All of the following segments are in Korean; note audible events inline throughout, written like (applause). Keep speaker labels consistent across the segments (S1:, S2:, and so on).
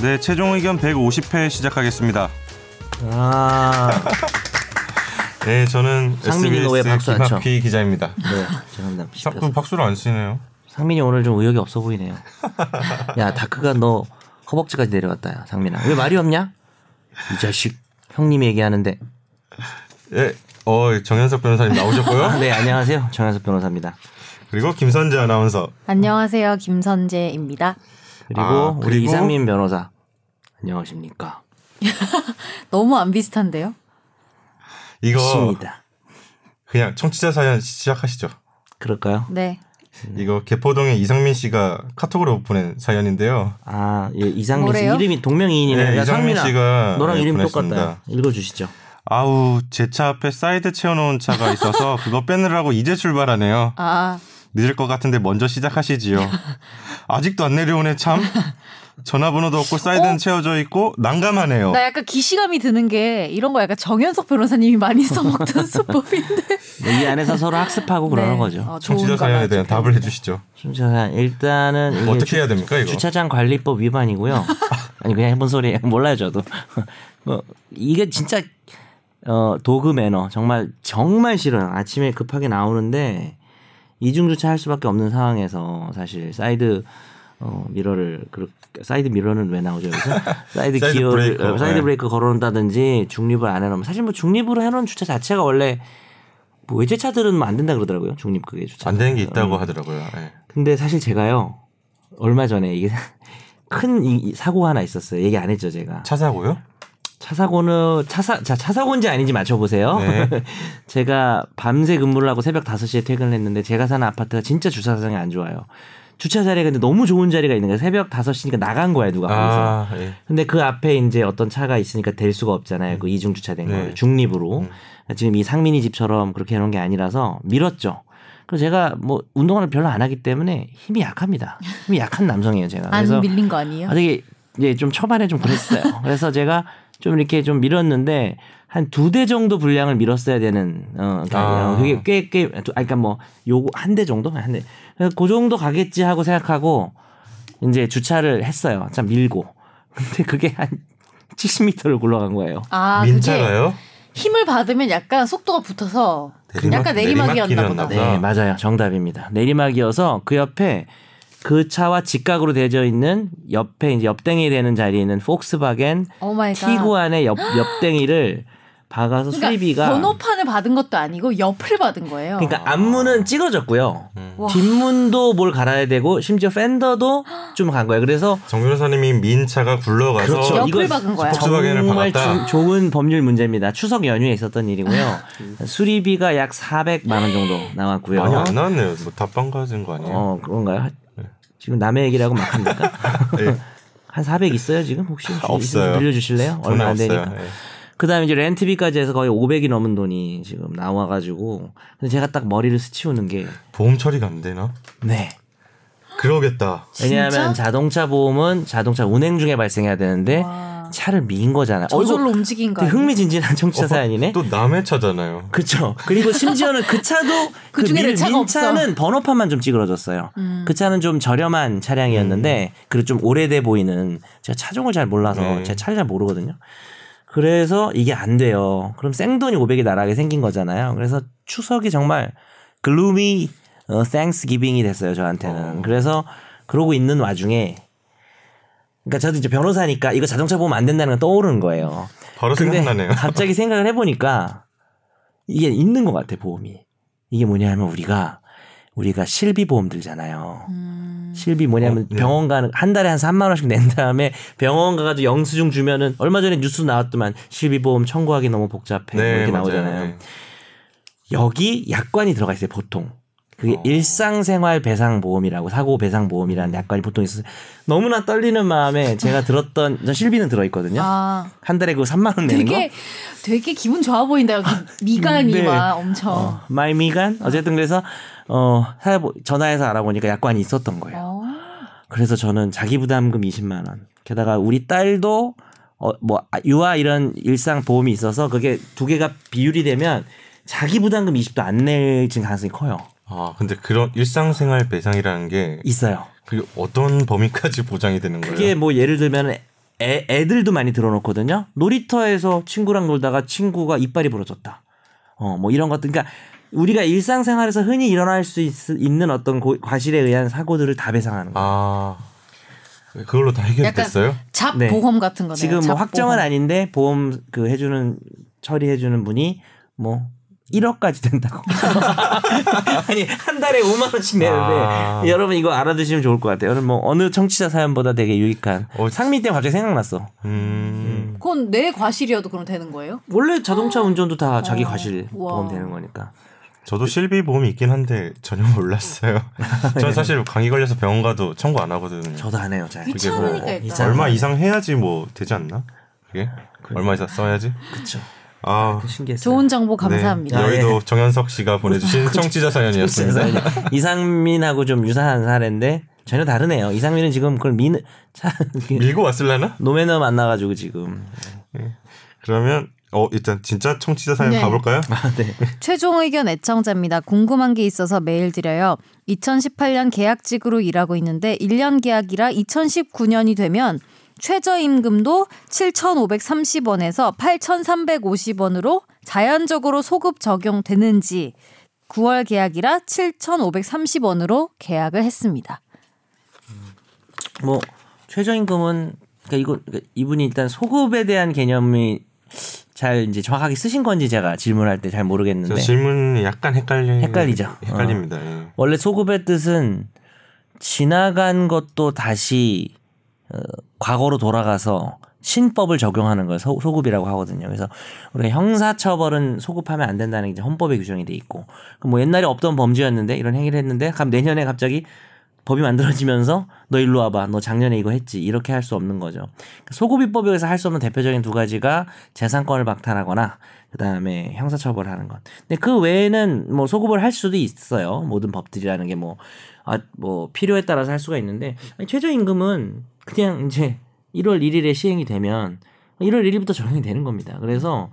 S1: 네, 최종 의견 150회 시작하겠습니다.
S2: 아,
S1: 네, 저는
S2: 상민이 노예
S1: SBS
S2: 박수 안 쳐.
S1: 김학휘 기자입니다.
S2: 네, 죄송합니다.
S1: 싹 박수를 안 치네요.
S2: 상민이 오늘 좀 의욕이 없어 보이네요. 야, 다크가 너 허벅지까지 내려왔다, 야, 상민아. 왜 말이 없냐? 이 자식. 형님이 얘기하는데.
S1: 예, 어, 정현석 변호사님
S2: (laughs) 아,
S1: 나오셨고요.
S2: 네, 안녕하세요. 정현석 변호사입니다.
S1: 그리고 김선재 아나운서.
S3: 안녕하세요, 김선재입니다.
S2: 그리고,
S1: 아,
S2: 우리
S1: 그리고?
S2: 이상민 변호사. 안녕하십니까.
S3: 너무 안 비슷한데요?
S1: 이거
S2: 있습니다.
S1: 그냥 청취자 사연 시- 시작하시죠.
S2: 그럴까요?
S3: 네.
S2: 음.
S1: 이거 개포동의 이상민 씨가 카톡으로 보낸 사연인데요.
S2: 아, 예, 이상민
S3: 뭐래요?
S2: 씨 이름이 동명이인이네.
S1: 네,
S2: 야,
S1: 이상민
S2: 상민아,
S1: 씨가
S2: 너랑
S1: 네,
S2: 이름
S1: 보냈습니다.
S2: 똑같다. 읽어주시죠.
S1: 아우, 제 차 앞에 사이드 채워놓은 차가 있어서 그거 빼느라고 이제 출발하네요.
S3: 아,
S1: 늦을 것 같은데 먼저
S3: (laughs)
S1: 시작하시지요. 아직도 안 내려오네 참. 전화번호도 없고
S3: 어?
S1: 사이드는 채워져 있고 난감하네요.
S3: 나 약간 기시감이 드는 게 이런 거 약간 정현석 변호사님이 많이 (laughs) 써먹던 수법인데.
S2: 네, 이 안에서 서로 학습하고 그러는
S3: (laughs) 네.
S2: 거죠.
S3: 어, 좋은
S1: 청취자
S3: 거나
S1: 사연에 대한
S3: 좀
S1: 답을 해주시죠.
S2: 자, 일단은 이게
S1: 뭐 어떻게
S2: 주-
S1: 해야 됩니까 이거?
S2: 주차장
S1: (laughs)
S2: 관리법 위반이고요. 아니 그냥 해본 소리 몰라요 저도. (laughs) 어, 이게 진짜 어, 도그 매너 정말 정말 싫어요. 아침에 급하게 나오는데 이중 주차할 수밖에 없는 상황에서 사실 사이드 어, 미러를 그 사이드 미러는 왜 나오죠
S1: (laughs)
S2: 여기서 사이드
S1: 사이드
S2: 기어를
S1: 브레이커,
S2: 어, 사이드
S1: 네.
S2: 브레이크 걸어놓는다든지 중립을 안 해놓으면 사실 뭐 중립으로 해놓은 주차 자체가 원래 뭐 외제차들은 뭐안 된다 그러더라고요 중립 그게 주차
S1: 안 되는 게 있다고 하더라고요. 예.
S2: 근데 사실 제가요 얼마 전에 이게 (laughs) 큰 이- 이 사고 하나 있었어요. 얘기 안 했죠 제가.
S1: 차
S2: 차,
S1: 사고요?
S2: 사고는 차사 자차 사고인지 아닌지 맞춰보세요.
S1: 네.
S2: (laughs) 제가 밤새 근무를 하고 새벽 5시에 퇴근을 했는데 제가 사는 아파트가 진짜 주차 사정이 안 좋아요. 주차 자리가 근데 너무 좋은 자리가 있는 거예요. 새벽 5시니까 나간 거야 누가. 거기서.
S1: 아, 예.
S2: 근데 그 앞에 이제 어떤 차가 있으니까 댈 수가 없잖아요. 그 이중 주차된
S1: 네.
S2: 거를 중립으로 지금 이 상민이 집처럼 그렇게 해놓은 게 아니라서 밀었죠. 그래서 제가 뭐 운동을 별로 안 하기 때문에 힘이 약합니다. 힘이 약한 남성이에요 제가.
S3: 안
S2: 그래서
S3: 밀린 거 아니에요?
S2: 아, 되게 예, 좀 초반에 좀 (laughs) 그랬어요. 그래서 제가 좀 이렇게 좀 밀었는데 한 두 대 정도 분량을 밀었어야 되는 어
S1: 아.
S2: 그러니까 그게 꽤 꽤 아 그러니까 뭐 요거 한 대 정도 한 대. 그래서 그 정도 가겠지 하고 생각하고 이제 주차를 했어요. 참 밀고. (laughs) 근데 그게 한 70m를 굴러간 거예요.
S3: 아, 그게
S1: 민차가요?
S3: 힘을 받으면 약간 속도가 붙어서
S1: 내리막-
S3: 약간 내리막이었나 보다.
S1: 내리막길이었나 보다.
S2: 네, 맞아요. 정답입니다. 내리막이어서 그 옆에 그 차와 직각으로 되어 있는 옆에 이제 옆댕이 되는 자리에 있는 폭스바겐
S3: 오 마이 갓.
S2: 티구안의 옆 옆댕이를 박아서
S3: 그러니까
S2: 수리비가
S3: 번호판을 받은 것도 아니고 옆을 받은 거예요.
S2: 그러니까 앞문은 찌그러졌고요.
S1: 음.
S3: 와.
S2: 뒷문도 뭘 갈아야 되고 심지어 펜더도 좀 간 거예요. 그래서
S1: 정 변호사님이 민차가 굴러가서
S2: 그렇죠.
S3: 옆을
S2: 이건
S3: 박은 거야.
S1: 폭스바겐을
S2: 정말
S1: 박았다.
S2: 주- 좋은 법률 문제입니다. 추석 연휴에 있었던 일이고요. 수리비가 약 400만 원 정도 나왔고요.
S1: 음. 많이 안 나왔네요. 네. 뭐 답방 가진 거 아니에요?
S2: 어 그런가요? 지금 남의 얘기라고 막 합니까?
S1: (laughs) 예.
S2: 한 400 있어요 지금 혹시
S1: 없어요.
S2: 빌려주실래요?
S1: 돈
S2: 얼마 안
S1: 없어요.
S2: 되니까.
S1: 예.
S2: 그다음에 이제 렌트비까지 해서 거의 500이 넘은 돈이 지금 나와가지고 근데 제가 딱 머리를 스치우는 게
S1: 보험 처리가 안 되나?
S2: 네.
S1: 그러겠다.
S2: 왜냐하면
S3: 진짜?
S2: 자동차 보험은 자동차 운행 중에 발생해야 되는데
S3: 와.
S2: 차를 미인 거잖아요.
S3: 저절로
S2: 어이구,
S3: 움직인 거
S2: 되게
S3: 아니에요?
S2: 흥미진진한 청취자 사연이네.
S1: 어, 또 남의 차잖아요.
S2: (laughs) 그렇죠. 그리고 심지어는 그 차도 그,
S3: 중에
S2: 밀-
S3: 내 차가 없어. 음.
S2: 민차는 번호판만 좀 찌그러졌어요. 그 차는 좀 저렴한 차량이었는데 그리고 좀 오래돼 보이는 제가 차종을 잘 몰라서
S1: 네.
S2: 제가 차를 잘 모르거든요. 그래서 이게 안 돼요. 그럼 생돈이 500이 나가게 생긴 거잖아요. 그래서 추석이 정말 글루미 어, 땡스 기빙이 됐어요, 저한테는. 그래서 그러고 있는 와중에 그러니까 저도 이제 변호사니까 이거 자동차 보면 안 된다는 건 떠오르는 거예요.
S1: 바로 생각나네요. (laughs)
S2: 갑자기 생각을 해보니까 이게 있는 것 같아 보험이. 이게 뭐냐면 우리가 우리가 실비 보험 들잖아요.
S3: 음.
S2: 실비 뭐냐면
S1: 어, 네.
S2: 병원 가는 한 달에 한 3만 원씩 낸 다음에 병원 가가지고 영수증 주면은 얼마 전에 뉴스 나왔더만 실비 보험 청구하기 너무 복잡해 뭐 이렇게 나오잖아요.
S1: 네.
S2: 여기 약관이 들어가 있어요 보통. 그게
S1: 어.
S2: 일상생활 배상 보험이라고 사고 배상 보험이라는 약관이 보통 있어서 너무나 떨리는 마음에 제가 들었던 전 실비는 들어 있거든요.
S3: 아.
S2: 한 달에 그 3만 원 내는 거.
S3: 되게 되게 기분 좋아 보인다 여기 미간이
S2: 네.
S3: 막 엄청
S2: 어, 마이 미간 어쨌든 그래서 어 살아보- 전화해서 알아보니까 약관이 있었던 거예요.
S3: 어.
S2: 그래서 저는 자기 부담금 20만 원. 게다가 우리 딸도 어뭐 유아 이런 일상 보험이 있어서 그게 두 개가 비율이 되면 자기 부담금 20도 안낼 지금 가능성이 커요.
S1: 아 근데 그런 일상생활 배상이라는 게
S2: 있어요.
S1: 그게 어떤 범위까지 보장이 되는 거예요?
S2: 그게 뭐 예를 들면 애, 애들도 많이 들어놓거든요. 놀이터에서 친구랑 놀다가 친구가 이빨이 부러졌다. 어, 뭐 이런 것들. 그러니까 우리가 일상생활에서 흔히 일어날 수 있, 는 어떤 고- 과실에 의한 사고들을 다 배상하는 거예요.
S1: 아 그걸로 다 해결됐어요?
S3: 잡
S2: 네.
S3: 보험 같은
S1: 아,
S3: 거네요.
S2: 지금 뭐
S3: 잡
S2: 확정은
S3: 보험.
S2: 아닌데 보험 그 해주는 처리해주는 분이 뭐 1억까지
S1: (laughs)
S2: 된다고. (laughs) 아니 한 달에 5만 원씩 내는데
S1: 아.
S2: 여러분 이거 알아두시면 좋을 것 같아요. 여러분 뭐 어느 청취자 사연보다 되게 유익한.
S1: 어,
S2: 상민 때문에 갑자기 생각났어.
S1: 음.
S3: 그건 뇌 과실이어도 그럼 되는 거예요?
S2: 원래 자동차 운전도 다 자기
S3: 어.
S2: 과실
S3: 우와.
S2: 보험 되는 거니까.
S1: 저도 실비 보험이 있긴 한데 전혀 (laughs) 몰랐어요. 전 사실 감기 걸려서 병원 가도 청구 안 하거든요.
S2: 저도 안 해요. 잘. 어,
S1: 그게 뭐
S3: 귀찮으니까 일단.
S1: 얼마 이상 해야지 뭐 되지 않나? 그게 얼마 이상 써야지?
S2: 그렇죠.
S1: 아
S2: 신기했어요.
S3: 좋은 정보 감사합니다.
S1: 네.
S2: 아,
S1: 여의도 정현석 씨가 (laughs) 보내주신 그 청취자 사연이었습니다.
S2: 이상민하고 좀 유사한 사례인데 전혀 다르네요. 이상민은 지금 그걸 민 참,
S1: 밀고 왔을라나?
S2: 노매너 만나가지고 지금
S1: 그러면 어 일단 진짜 청취자 사연
S3: 네.
S1: 가볼까요?
S3: 최종 의견 애청자입니다. 궁금한 게 있어서 메일 드려요. 2018년 계약직으로 일하고 있는데 1년 계약이라 2019년이 되면 최저임금도 7,530원에서 8,350원으로 자연적으로 소급 적용되는지 9월 계약이라 7,530원으로 계약을 했습니다.
S2: 뭐 최저임금은 그러니까 이거 그러니까 이분이 일단 소급에 대한 개념이 잘 이제 정확하게 쓰신 건지 제가 질문할 때 잘 모르겠는데
S1: 저 질문이 약간 네. 헷갈리
S2: 헷갈리죠.
S1: 헷갈립니다. 예.
S2: 원래 소급의 뜻은 지나간 것도 다시 어, 과거로 돌아가서 신법을 적용하는 걸 소- 소급이라고 하거든요. 그래서 우리 가 형사처벌은 소급하면 안 된다는 게 이제 헌법에 규정이 돼 있고, 그뭐 옛날에 없던 범죄였는데 이런 행위를 했는데, 그럼 내년에 갑자기 법이 만들어지면서 너 일로 와봐, 너 작년에 이거 했지 이렇게 할 수 없는 거죠. 그러니까 소급입법에 의해서 할 수 없는 대표적인 두 가지가 재산권을 박탈하거나 그다음에 형사처벌하는 것. 근데 그 외에는 뭐 소급을 할 수도 있어요. 모든 법들이라는 게 뭐 아, 뭐 필요에 따라서 할 수가 있는데 아니, 최저임금은 그냥 이제 1월 1일에 시행이 되면 1월 1일부터 적용이 되는 겁니다. 그래서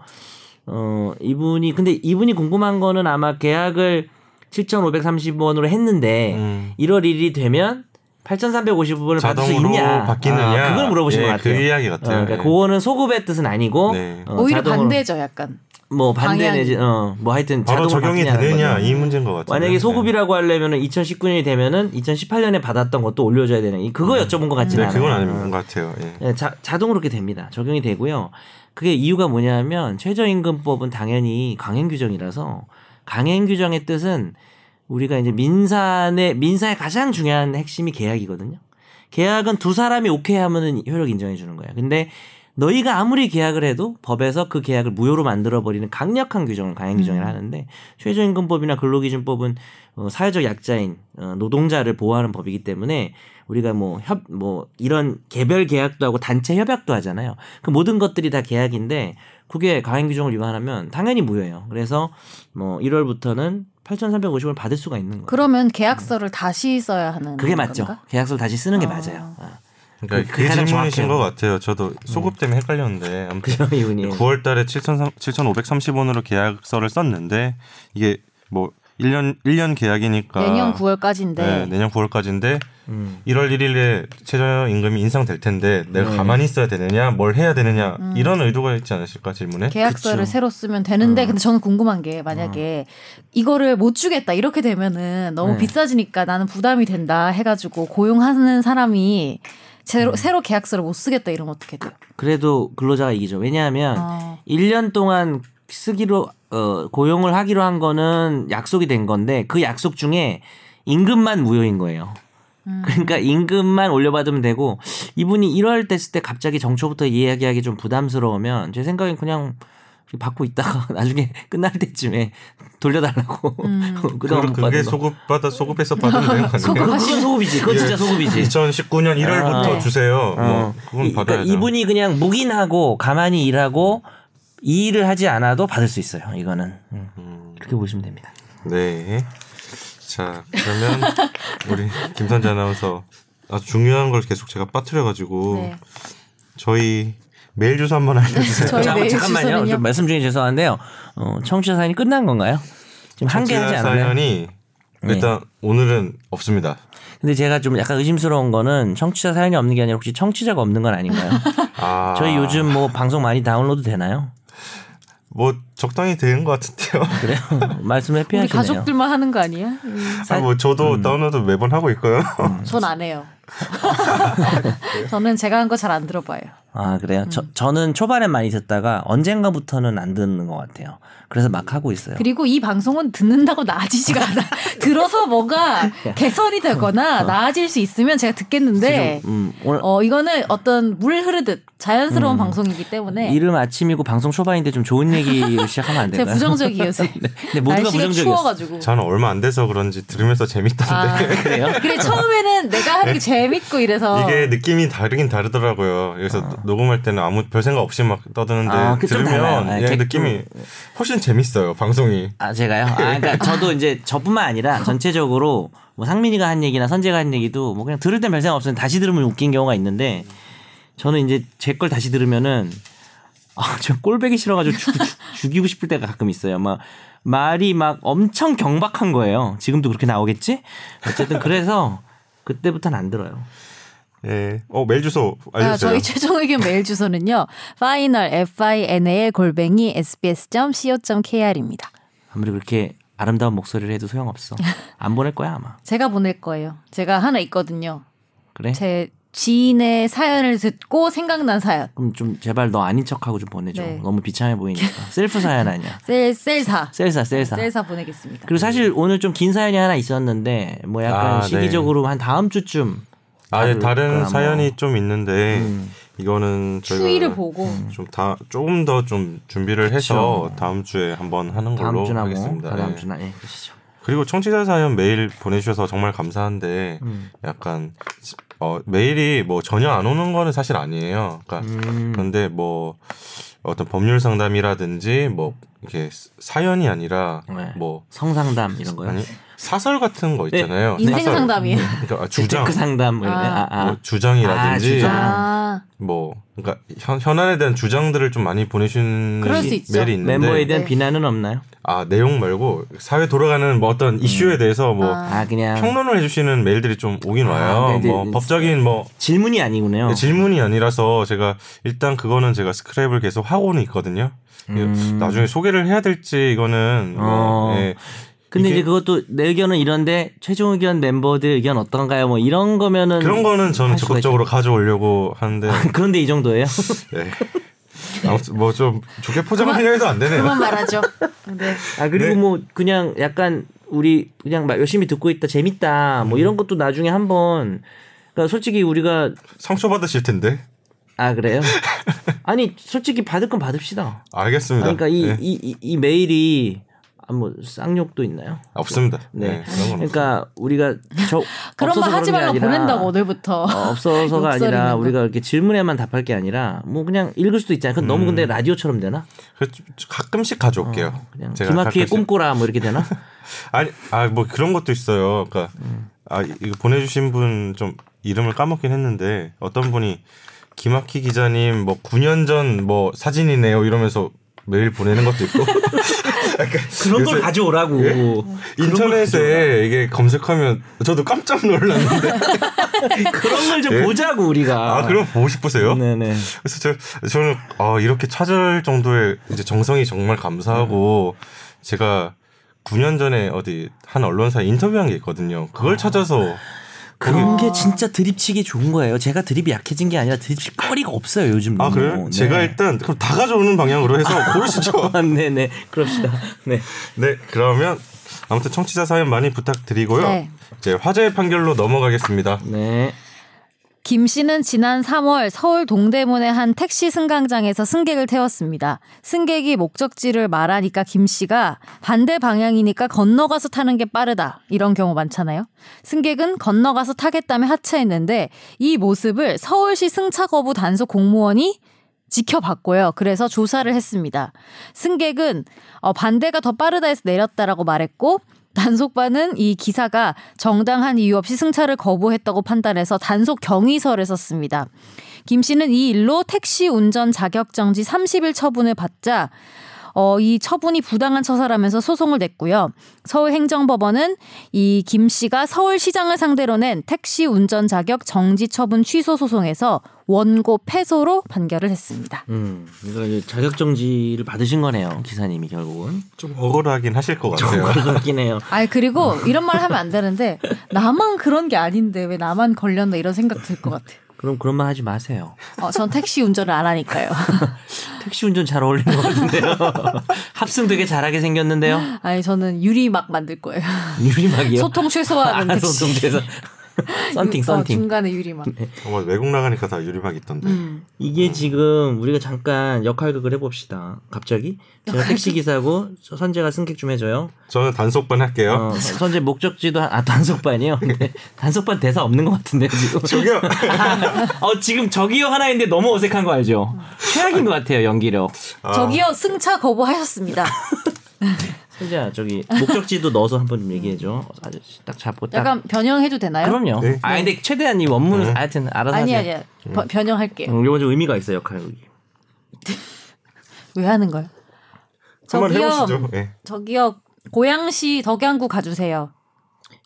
S2: 어 이분이 근데 이분이 궁금한 거는 아마 계약을 7,530원으로 했는데
S1: 음.
S2: 1월 1일이 되면 8,350원을 받을 수
S1: 자동으로
S2: 그 있냐?
S1: 바뀌느냐?
S2: 아, 그걸 물어보신
S1: 예,
S2: 것 같아요.
S1: 그 이야기 같아요.
S2: 어, 그러니까
S1: 예.
S2: 그거는 소급의 뜻은 아니고
S1: 네.
S2: 어,
S3: 오히려
S2: 자동으로-
S3: 반대죠, 약간.
S2: 뭐 반대
S3: 방향이.
S2: 내지 어뭐 하여튼
S1: 바로
S2: 자동으로
S1: 적용이
S2: 바뀌냐는
S1: 되느냐
S2: 거죠.
S1: 이 네. 문제인 것 같아요.
S2: 만약에 소급이라고 하려면은 2019년이 되면은 2018년에 받았던 것도 올려줘야 되는 이- 그거 여쭤본 것
S1: 네,
S2: 같지는
S1: 네
S2: 않아요.
S1: 그건 아닌 것 같아요. 예.
S2: 예, 자, 자동으로 그렇게 됩니다. 적용이 되고요. 그게 이유가 뭐냐면 최저임금법은 당연히 강행 규정이라서 강행 규정의 뜻은 우리가 이제 민사의 민사의 가장 중요한 핵심이 계약이거든요. 계약은 두 사람이 오케이 하면은 효력 인정해 주는 거예요. 근데 너희가 아무리 계약을 해도 법에서 그 계약을 무효로 만들어 버리는 강력한 규정을 강행 규정을 하는데 최저임금법이나 근로기준법은 어, 사회적 약자인 어, 노동자를 보호하는 법이기 때문에 우리가 뭐 협 뭐 이런 개별 계약도 하고 단체 협약도 하잖아요. 그 모든 것들이 다 계약인데 그게 강행 규정을 위반하면 당연히 무효예요. 그래서 뭐 1월부터는 8,350원을 받을 수가 있는 거예요.
S3: 그러면 계약서를 다시 써야 하는
S2: 그게 맞죠.
S3: 건가?
S2: 계약서를 다시 쓰는 게
S3: 아.
S2: 맞아요. 아.
S1: 그러니까
S2: 그-
S1: 그,
S2: 그게
S1: 질문이신
S2: 정확해요. 음.
S1: 것 같아요. 저도 소급 때문에 헷갈렸는데 아무튼
S2: 그죠 이분이
S1: 9월 달에 7,530원으로 계약서를 썼는데 이게 뭐 1년 1년
S2: 아.
S1: 계약이니까
S3: 내년 9월까지인데
S1: 네, 내년 9월까지인데
S2: 음.
S1: 1월 1일에 최저 임금이 인상될 텐데 내가
S2: 네.
S1: 가만히 있어야 되느냐, 뭘 해야 되느냐 이런 의도가 있지 않으실까 질문에.
S3: 음. 계약서를
S2: 그쵸. 음.
S3: 새로 쓰면 되는데 근데 저는 궁금한 게 만약에 이거를 못 주겠다 이렇게 되면은 너무
S2: 네.
S3: 비싸지니까 나는 부담이 된다 해가지고 고용하는 사람이
S2: 음.
S3: 새로, 새로 계약서를 못 쓰겠다 이러면 어떻게 돼요?
S2: 그래도 근로자가 이기죠. 왜냐하면
S3: 어.
S2: 1년 동안 쓰기로 어, 고용을 하기로 한 거는 약속이 된 건데 그 약속 중에 임금만 무효인 거예요. 그러니까 임금만 올려받으면 되고 이분이 1월 됐을 때 갑자기 정초부터 이야기하기 좀 부담스러우면 제 생각엔 그냥 받고 있다가 (laughs) 나중에 끝날 때쯤에 돌려달라고 (laughs) 그동안
S1: 그,
S2: 못
S1: 그게
S2: 받은 거.
S1: 소급 받아 소급해서
S2: (laughs)
S1: 받으면 되는 거
S3: 소급-
S1: 아니에요?
S2: 그건 소급이지. 그건
S1: 예.
S2: 진짜 소급이지.
S1: 2019년 1월부터
S3: 아.
S1: 주세요.
S2: 어.
S1: 뭐 그건
S2: 이- 그러니까
S1: 받아야죠.
S2: 이분이 그냥 묵인하고 가만히 일하고 이 일을 하지 않아도 받을 수 있어요. 이거는 음. 그렇게 보시면 됩니다.
S1: 네. 자 그러면 우리 김선재 아나운서 아주 중요한 걸 계속 제가 빠뜨려가지고
S3: 네. 저희
S1: 저희 메일 주소 한번
S2: 네.
S1: 알려주세요.
S3: 저희
S2: 자,
S3: 메일
S2: 잠깐만요.
S3: 주소는요?
S2: 좀 말씀 중에 죄송한데요. 어, 청취자 사연이 끝난 건가요? 네. 지금 한 개 하지
S1: 청취자
S2: 않았나요?
S1: 사연이 일단 오늘은 없습니다.
S2: 근데 제가 좀 약간 의심스러운 거는 청취자 사연이 없는 게 아니라 혹시 청취자가 없는 건
S1: (laughs)
S2: 아닌가요?
S1: 아,
S2: 저희 요즘 뭐 방송 많이 다운로드 되나요?
S1: 뭐 적당히 되는 것 같은데요.
S2: 그래요? (laughs) 말씀을
S3: 우리
S2: 해피하시네요. 음.
S3: 가족들만 하는 거 아니야?
S1: 아, 뭐 저도 다운로드 매번 하고 있고요.
S2: 네.
S3: 전
S2: (laughs)
S3: 안 해요. (laughs) 저는 제가 한 거 잘 안 들어봐요.
S2: 아 그래요? 저,
S3: 음.
S2: 저는 초반엔 많이 듣다가 언젠가부터는 안 듣는 것 같아요. 그래서 막 하고 있어요.
S3: 그리고 이 방송은 듣는다고
S2: (laughs)
S3: 나아지지가 않아. 들어서 뭐가 개선이 되거나 나아질 수 있으면 제가 듣겠는데,
S2: 어. 음, 오늘
S3: 어, 이거는 어떤 물 흐르듯 자연스러운 방송이기 때문에
S2: 음. 이름 아침이고 방송 초반인데 좀 좋은 얘기
S3: (laughs)
S2: 시작하면 안
S3: 네. 제
S2: 될까요?
S3: 부정적이에요, 요새.
S2: (laughs) 네, 근데 모두가
S3: 날씨가
S2: 부정적이었어.
S3: 추워가지고.
S1: 저는 얼마 안 돼서 그런지 들으면서 재밌던데
S3: 아,
S2: (laughs) 그래요?
S3: 그래, 처음에는 내가 하는 게 재밌고
S2: 어.
S3: 이래서.
S1: 이게 느낌이 다르긴 다르더라고요. 그래서 녹음할 때는 아무 별 생각 없이 막 떠드는데
S2: 아, 그좀 달라요.
S1: 들으면
S2: 네,
S1: 예,
S2: 객-
S1: 느낌이 훨씬 재밌어요. 방송이.
S2: 아 제가요? 아 그러니까
S3: 네.
S2: 저도 이제 저뿐만 아니라 전체적으로 뭐 상민이가 한 얘기나 선재가 한 얘기도 뭐 그냥 들을 땐 별생각 없으면 다시 들으면 웃긴 경우가 있는데 저는 이제 제 걸 다시 들으면은 아저 꼴배기 싫어가지고 죽, 이고 싶을 때가 가끔 있어요. 막 말이 막 엄청 경박한 거예요. 지금도 그렇게 나오겠지? 어쨌든 그래서 그때부터는 안 들어요.
S1: 예. 어 메일 주소
S3: 아,
S1: 알려주세요.
S3: 저희 최종 의견 메일 주소는요. final f i n a 골뱅이 sbs.co.kr입니다.
S2: 아무리 그렇게 아름다운 목소리를 해도 소용없어. 안 보낼 거야 아마.
S3: 제가 보낼 거예요. 제가 하나 있거든요.
S2: 그래?
S3: 제 지인의 사연을 듣고 생각난 사연.
S2: 그럼 좀 제발 너 아닌 척하고 좀 보내줘.
S3: 네.
S2: 너무 비참해 (laughs) 보이니까. 셀프 사연 아니야.
S3: 셀 셀사.
S2: 셀사 셀사.
S3: 셀사 보내겠습니다.
S2: 그리고 사실 오늘 좀 긴 사연이 하나 있었는데 뭐 약간
S1: 아, 네.
S2: 시기적으로 한 다음 주쯤
S1: 아, 예,
S2: 다룰
S1: 다른
S2: 거야,
S1: 사연이
S2: 뭐.
S1: 좀 있는데
S2: 음.
S1: 이거는 저희가
S3: 추위를 보고
S1: 좀 다 조금 더 좀 준비를 해서 다음 주에 한번 하는 걸로
S2: 다음 주나 뭐
S1: 하겠습니다.
S2: 다음
S1: 예.
S2: 주나 예 그러시죠.
S1: 그리고 청취자 사연 메일 보내주셔서 정말 감사한데 약간 어, 메일이 뭐 전혀 안 오는 거는 사실 아니에요. 그러니까 그런데 뭐 어떤 법률 상담이라든지 뭐 이렇게 스- 사연이 아니라
S2: 네.
S1: 뭐
S2: 성상담 이런 거요. (laughs)
S1: 아니 사설 같은 거 있잖아요.
S3: 인생
S1: 사설.
S3: 상담이에요.
S2: 네.
S1: 그러니까 아, 주장
S2: 주테크 상담 뭐 이런 거. 아, 아.
S1: 뭐 주장이라든지
S2: 아, 주장.
S3: (laughs) 아,
S1: 뭐 그러니까 현, 현안에 대한 주장들을 좀 많이 보내주는
S3: 그럴 수 있죠.
S1: 메일이 있는데
S2: 멤버에 대한
S3: 네.
S2: 비난은 없나요?
S1: 아 내용 말고 사회 돌아가는 뭐 어떤 이슈에 대해서 뭐
S2: 아 그냥
S1: 평론을 해주시는 메일들이 좀 오긴 와요.
S2: 네, 어. 네,
S1: 뭐
S2: 네.
S1: 법적인 뭐
S2: 질문이 아니군요.
S1: 질문이 아니라서 제가 일단 그거는 제가 스크랩을 계속 하고는 있거든요. 나중에 소개를 해야 될지 이거는 뭐,
S2: 음. 어.
S1: 예.
S2: 근데
S1: 이게-
S2: 이제 그것도 내 의견은 이런데 최종 의견 멤버들 의견 어떤가요? 뭐 이런 거면은
S1: 그런 거는 저는
S2: 할 수가
S1: 적극적으로 가져오려고 하는데
S2: 그런데
S1: (laughs)
S2: 이 정도예요?
S1: 예. 아무튼 뭐 좀 좋게 포장하려 해도 안 되네요.
S3: 그만 말하죠. 네.
S2: 아 그리고
S1: 네.
S2: 뭐 그냥 약간 우리 그냥 막 열심히 듣고 있다 재밌다 뭐
S1: 음.
S2: 이런 것도 나중에 한번 그러니까 솔직히 우리가
S1: 상처받으실 텐데.
S2: 아
S1: (laughs)
S2: 그래요? 아니 솔직히 받을 건 받읍시다.
S1: 알겠습니다.
S2: 아니, 그러니까 이
S1: 예.
S2: 이 이 메일이 아, 뭐 쌍욕도 있나요?
S1: 없습니다.
S2: 네.
S1: 예, 그런 건 없습니다.
S2: 그러니까 우리가 저
S3: (laughs) 그런
S2: 없어서
S3: 말 하지
S2: 그런 게
S3: 말라고
S2: 아니라
S3: 보낸다고 오늘부터.
S2: 어, 없어서가 아니라
S3: 욕설이라고.
S2: 우리가 이렇게 질문에만 답할 게 아니라 뭐 그냥 읽을 수도 있잖아요.
S1: 음.
S2: 그건 너무 근데 라디오처럼 되나?
S1: 그 좀- 좀 가끔씩 가져올게요.
S2: 어, 그냥
S1: 제가
S2: 김학휘의
S1: 가끔씩.
S2: 꿈꾸라 뭐 이렇게 되나?
S1: 아니 아 뭐 그런 것도 있어요. 그러니까 아 이거 보내주신 분 좀 이름을 까먹긴 했는데 어떤 분이 김학희 기자님 뭐 9년 전 뭐 사진이네요 이러면서 메일 보내는 것도 (laughs) 있고 약간
S2: 그런 걸
S1: 요새 예?
S2: 가져오라고.
S1: 인터넷에 이게 검색하면 저도 깜짝 놀랐는데
S2: 그런 걸 좀
S1: 예?
S2: 보자고 우리가.
S1: 아 그럼 보고 싶으세요?
S2: 네네.
S1: 그래서 저, 저는 아, 이렇게 찾을 정도의 이제 정성이 정말 감사하고 제가 9년 전에 어디 한 언론사 인터뷰한 게 있거든요. 그걸 찾아서
S2: 그런 게 진짜 드립치기 좋은 거예요. 제가 드립이 약해진 게 아니라 드립칠 거리가 없어요 요즘.
S1: 아
S2: 너무.
S1: 그래요?
S2: 네.
S1: 제가 일단 그럼 다 가져오는 방향으로 (laughs) 해서 고르시죠.
S2: (laughs) 아, 네네. 그럽시다. 네.
S1: 네 그러면 아무튼 청취자 사연 많이 부탁드리고요.
S3: 네.
S1: 이제 화제의 판결로 넘어가겠습니다.
S2: 네.
S3: (laughs) 김 씨는 지난 3월 서울 동대문의 한 택시 승강장에서 승객을 태웠습니다. 승객이 목적지를 말하니까 김 씨가 반대 방향이니까 건너가서 타는 게 빠르다. 이런 경우 많잖아요. 승객은 건너가서 타겠다며 하차했는데 이 모습을 서울시 승차 거부 단속 공무원이 지켜봤고요. 그래서 조사를 했습니다. 승객은 어, 반대가 더 빠르다 해서 내렸다라고 말했고 단속반은 이 기사가 정당한 이유 없이 승차를 거부했다고 판단해서 단속 경위서를 썼습니다. 김 씨는 이 일로 택시 운전 자격 정지 30일 처분을 받자 어, 이 처분이 부당한 처사라면서 소송을 냈고요. 서울행정법원은 이 김 씨가 서울시장을 상대로 낸 택시 운전 자격 정지 처분 취소 소송에서 원고 패소로 판결을 했습니다.
S2: 음, 이거 이제 자격 정지를 받으신 거네요, 기사님이 결국은.
S1: 좀 억울하긴 하실 것 같아요.
S2: 그렇긴 해요.
S3: 아 그리고 이런 말 하면 안 되는데 나만 그런 게 아닌데 왜 나만 걸렸나 이런 생각 들 것 같아요.
S2: 그럼 그런 말 하지 마세요.
S3: 어, 전 택시 운전을 안 하니까요.
S2: 택시 운전 잘 어울리는 것 같은데요. (laughs) 합승 되게 잘하게 생겼는데요.
S3: (laughs) 아니 저는 유리막 만들 거예요.
S2: 유리막이요.
S3: 소통
S2: 아,
S3: 최소화하는
S2: (laughs)
S3: 택시.
S2: 소통돼서 썬팅
S3: 유-
S2: 썬팅.
S3: 어,
S2: 네.
S3: 중간에 유리막.
S1: 정말 외국 나가니까 다 유리막 있던데.
S3: 음.
S2: 이게 지금 우리가 잠깐 역할극을 해봅시다. 갑자기 제가 택시 기사고 저 선재가 승객 좀 해줘요.
S1: 저는 단속반 할게요.
S2: 어, 선재 목적지도 한- 아 단속반이요. (laughs) 근데 단속반 대사 없는 것 같은데 지금.
S3: (laughs)
S1: 저기요.
S2: (laughs) 어 지금 저기요 하나인데 너무 어색한 거 알죠? 최악인 것 같아요 연기력.
S1: 아,
S3: 저기요 승차 거부하셨습니다.
S2: 선재야 저기 목적지도 넣어서 한번 좀 얘기해줘. 아저씨 딱 잡고 딱.
S3: 약간 변형해도 되나요?
S2: 그럼요.
S1: 네.
S2: 아 근데 최대한 이 원문을 하여튼 알아서
S3: 네. 아니
S2: 하세요.
S3: 아니야. 버- 변형할게요.
S2: 음, 이건 좀 의미가 있어요 역할극이.
S3: 왜 하는 거야?
S1: 한번
S3: 저기요.
S1: 해보시죠. 예.
S3: 저기요. 고양시 덕양구 가주세요.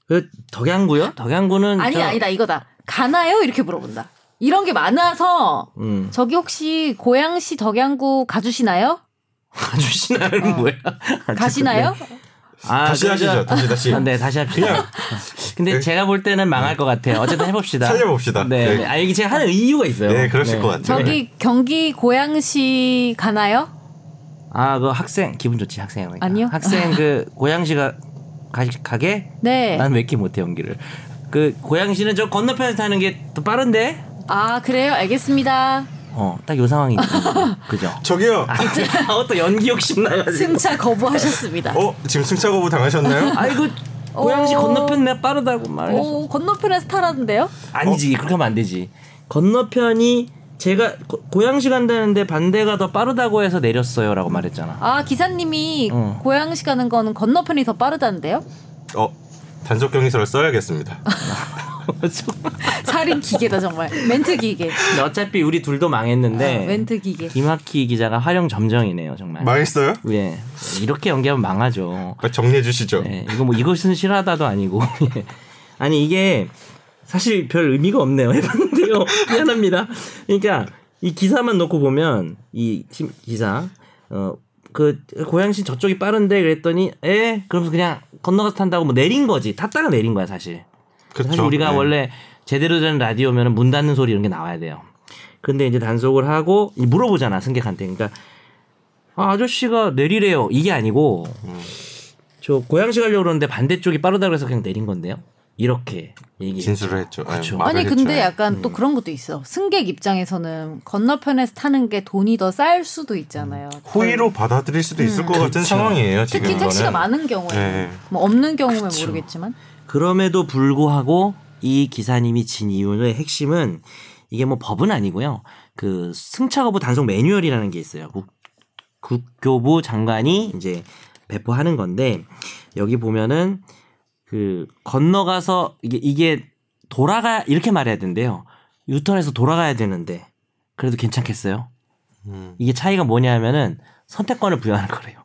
S2: 그 덕양구요?
S1: 음,
S2: 덕양구는
S3: 아니
S2: 저-
S3: 아니다 이거다. 가나요? 이렇게 물어본다. 이런 게 많아서
S2: 음
S3: 저기 혹시 고양시 덕양구 가주시나요?
S2: 가주시나는 뭐야?
S3: 어.
S2: (laughs)
S3: 가시나요?
S1: 네.
S2: 아,
S1: 다시
S2: 그러니까-
S1: 하시죠. 다시 다시.
S2: 아, 네, 다시 합시다.
S1: 그냥- 네.
S2: 근데 제가 볼 때는 망할 것 같아요. 어쨌든 해봅시다.
S1: 살려봅시다.
S2: 네.
S1: 네.
S2: 아, 이게 제가 하는 이유가 있어요.
S1: 네, 그러실 것 같아요.
S3: 저기 경기 고양시 가나요?
S2: 아, 그 학생, 기분 좋지, 학생. 그러니까.
S3: 아니요.
S2: 학생,
S3: (laughs)
S2: 그, 고양시가, 가, 가게?
S3: 네.
S2: 난 왜 이렇게 못해, 연기를. 그, 고양시는 저 건너편에서 타는 게 더 빠른데?
S3: 아 그래요? 알겠습니다.
S2: 어, 딱 요 상황이 있거든요.
S3: (laughs)
S2: 그죠?
S1: 저기요.
S2: (laughs) 아, 어, 또 연기 욕심 나가지고.
S3: 승차 거부하셨습니다.
S1: 어 지금 승차 거부 (laughs) 당하셨나요?
S2: 아이고, 고양시
S3: 어.
S2: 건너편 내가 빠르다고 말해.
S3: 오 건너편에서 타라는데요?
S2: 아니지 그렇게 하면 안 되지 어? 건너편이 제가 고, 고양시 간다는데 반대가 더 빠르다고 해서 내렸어요라고 말했잖아
S3: 아 기사님이
S2: 어.
S3: 고양시 가는 거는 건너편이 더 빠르다는데요?
S1: 어 단속 경위서를 써야겠습니다.
S3: 살인 기계다 정말. 멘트 기계.
S2: 근데 어차피 우리 둘도 망했는데
S3: 아, 멘트 기계.
S2: 그렇죠. 김학기 기자가 활용 점정이네요 정말
S1: 망했어요?
S2: 예 이렇게 연기하면 망하죠
S1: 빨리 정리해 주시죠.
S2: 예 이거 뭐 이것은 싫어하다도 아니고 (laughs) 예. 아니 이게 사실 별 의미가 없네요 (laughs) 해봤는데요 미안합니다 그러니까 이 기사만 놓고 보면 이 팀- 기사 어 그 고양시 저쪽이 빠른데 그랬더니 에 그러면서 그냥 건너가서 탄다고 뭐 내린 거지 탔다가 내린 거야 사실
S1: 그쵸.
S2: 사실 우리가
S1: 네.
S2: 원래 제대로 된 라디오면 문 닫는 소리 이런 게 나와야 돼요 근데 이제 단속을 하고 물어보잖아 승객한테 그러니까 아, 아저씨가 내리래요 이게 아니고
S1: 음.
S2: 저 고양시 가려고 그러는데 반대쪽이 빠르다고 해서 그냥 내린 건데요. 이렇게 얘기.
S1: 진술을 했죠. 아,
S2: 그쵸.
S1: 말을
S3: 아니
S1: 했죠. 음.
S3: 근데 약간 또 그런 것도 있어. 승객 입장에서는 건너편에서 타는 게 돈이 더 쌓일 수도 있잖아요.
S1: 음.
S3: 그러니까
S1: 호의로 받아들일 수도 있을 것 같은 상황이에요. 지금
S3: 음. 특히 택시가
S1: 이거는.
S3: 많은 경우에
S1: 네. 그렇죠.
S3: 뭐 없는 경우면 모르겠지만
S2: 그럼에도 불구하고 이 기사님이 진 이유의 핵심은 이게 뭐 법은 아니고요. 그 승차 거부 단속 매뉴얼이라는 게 있어요. 국, 국교부 장관이 이제 배포하는 건데 여기 보면은 그 건너가서 이게 이게 돌아가 이렇게 말해야 된대요. 유턴해서 돌아가야 되는데 그래도 괜찮겠어요?
S1: 음,
S2: 이게 차이가 뭐냐면은 선택권을 부여하는 거래요.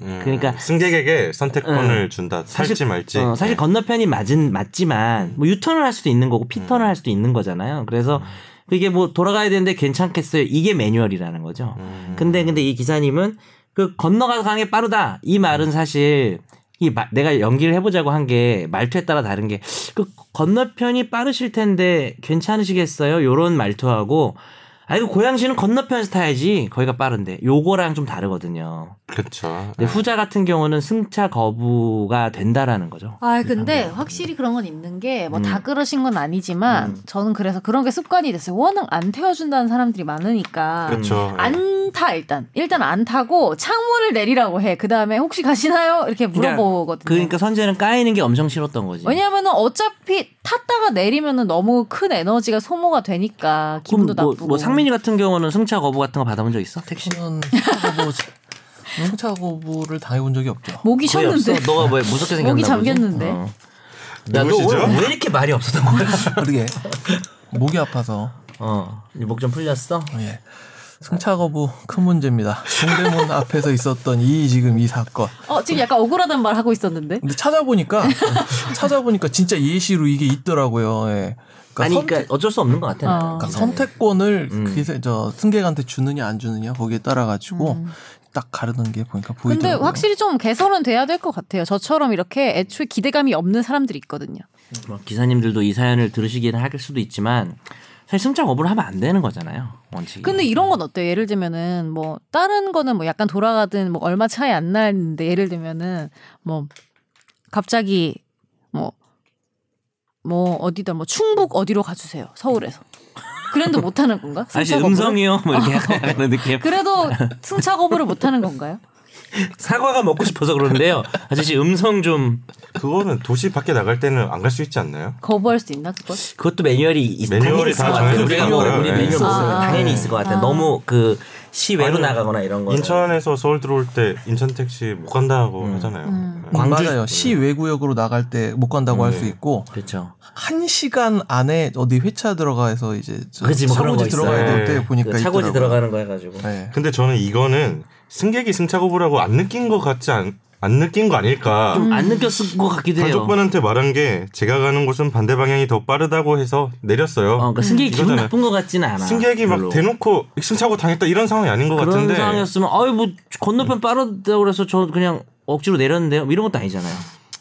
S1: 음.
S2: 그러니까-
S1: 승객에게 선택권을
S2: 음.
S1: 준다. 살지
S2: 사실-
S1: 말지. 네. 예.
S2: 어, 사실 건너편이 맞은 맞지만 뭐 유턴을 할 수도 있는 거고 피턴을
S1: 음.
S2: 할 수도 있는 거잖아요. 그래서 그게 뭐 돌아가야 되는데 괜찮겠어요. 이게 매뉴얼이라는 거죠.
S1: 음.
S2: 근데 근데 이 기사님은 그 건너가서 가는 게 빠르다 이
S1: 음.
S2: 말은 사실 이 마- 내가 연기를 해보자고 한 게 말투에 따라 다른 게 그 건너편이 빠르실 텐데 괜찮으시겠어요? 요런 말투하고 아이고 고양시는 건너편에서 타야지 거기가 빠른데 요거랑 좀 다르거든요.
S1: 그렇죠.
S3: 네.
S2: 근데 네, 후자 같은 경우는 승차 거부가 된다라는 거죠.
S3: 아 근데
S1: 그렇죠.
S3: 확실히 그런 건 있는 게 뭐 다
S2: 음.
S3: 그러신 건 아니지만
S1: 음.
S3: 저는 그래서 그런 게 습관이 됐어요 워낙 안 태워준다는 사람들이 많으니까
S1: 그렇죠.
S3: 안 타 일단 일단 안 타고 창문을 내리라고 해 그다음에 혹시 가시나요 이렇게 물어보거든요
S2: 그러니까 선재는 까이는 게 엄청 싫었던 거지.
S3: 네. 예. 왜냐하면은 어차피 탔다가 내리면은 너무 큰 에너지가 소모가 되니까
S2: 그럼
S3: 기분도
S2: 뭐,
S3: 나쁘고
S2: 뭐 상민이 같은 경우는 승차 거부 같은 거 받아본 적 있어?
S4: 택시는 승차 거부 뭐 승차 거부를 당해본 적이 없죠. (laughs)
S3: 목이
S2: 거의 없어.
S3: 쉬었는데
S2: 너가 뭐 무섭게 생겼나
S3: 목이
S2: 보지?
S3: 잠겼는데.
S2: 어. 야, 너
S1: 누구시죠?
S2: 오늘 왜 이렇게 말이 없었던 거야?
S4: 어떻게 목이 아파서
S2: 어, 목 좀 풀렸어?
S4: 어, 예. 승차 거부 큰 문제입니다. 동대문 앞에서 있었던 이 지금 이 사건.
S3: 어 지금 약간 억울하다는 말 하고 있었는데.
S4: 근데 찾아보니까 찾아보니까 진짜 예시로 이게 있더라고요. 예. 그러니까
S2: 아니
S4: 선-
S2: 그러니까 어쩔 수 없는 것 같아.
S3: 어.
S2: 나는.
S4: 그러니까
S2: 그거는.
S4: 선택권을
S2: 음.
S4: 그게 저 승객한테 주느냐 안 주느냐 거기에 따라 가지고 딱 가르는 게
S3: 음.
S4: 보니까
S3: 근데
S4: 보이더라고요.
S3: 확실히 좀 개선은 돼야 될 것 같아요. 저처럼 이렇게 애초에 기대감이 없는 사람들이 있거든요.
S2: 뭐 기사님들도 이 사연을 들으시기는 할 수도 있지만 사실 승차 거부를 하면 안 되는 거잖아요 원칙이.
S3: 근데 이런 건 어때요? 예를 들면은 뭐 다른 거는 뭐 약간 돌아가든 뭐 얼마 차이 안 나는데 예를 들면은 뭐 갑자기 뭐 뭐 어디다 뭐 충북 어디로 가주세요 서울에서 그래도 못하는 건가?
S2: 사실
S3: 승차 거부를?
S2: 음성이요 뭐
S3: (laughs)
S2: 이렇게 약간 이런 느낌.
S3: 그래도 승차 거부를 못하는 건가요?
S2: 사과가 먹고 싶어서 그러는데요 아저씨 음성 좀
S1: 그거는 도시 밖에 나갈 때는 안 갈 수 있지 않나요?
S3: 거부할 수 있나 그걸?
S2: 그것도 매뉴얼이 있,
S1: 매뉴얼이
S2: 당연히 있을
S1: 다
S2: 것
S1: 정해져
S2: 같아요. 우리가
S1: 있을
S2: 뭐
S1: 거예요.
S2: 우리
S1: 네.
S2: 매뉴얼 없어요.
S3: 아.
S2: 당연히 있을 것 같아요. 너무 그 시외로
S1: 아니요.
S2: 나가거나 이런 거.
S1: 인천에서 서울 들어올 때 인천 택시 못 간다고
S2: 음.
S1: 하잖아요. 네.
S2: 광주-
S4: 음. 맞아요. 시 외구역으로 나갈 때 못 간다고 할 수
S1: 네.
S4: 있고
S2: 그렇죠.
S4: 한 시간 안에 어디 회차 들어가서 이제 저
S2: 그치, 뭐 그런
S4: 차고지
S2: 거
S4: 들어가야
S1: 있어요.
S4: 될 때
S1: 네.
S4: 보니까
S2: 그 차고지
S4: 있더라고요.
S2: 들어가는 거 해가지고.
S4: 네.
S1: 근데 저는 이거는 승객이 승차거부라고 안 느낀 것 같지 않, 안 느낀 거 아닐까.
S2: 좀
S3: 음.
S2: 안 느꼈을 것 같기도 해요.
S1: 가족분한테 말한 게 제가 가는 곳은 반대 방향이 더 빠르다고 해서 내렸어요.
S2: 어, 그러니까 승객이 기분
S1: 이거잖아요.
S2: 나쁜 것 같지는 않아.
S1: 승객이 막
S2: 별로.
S1: 대놓고 승차고 당했다 이런 상황이 아닌 것
S2: 그런
S1: 같은데
S2: 상황이었으면 아유 뭐 건너편 빠르다고 그래서 저 그냥 억지로 내렸는데요. 뭐 이런 것도 아니잖아요.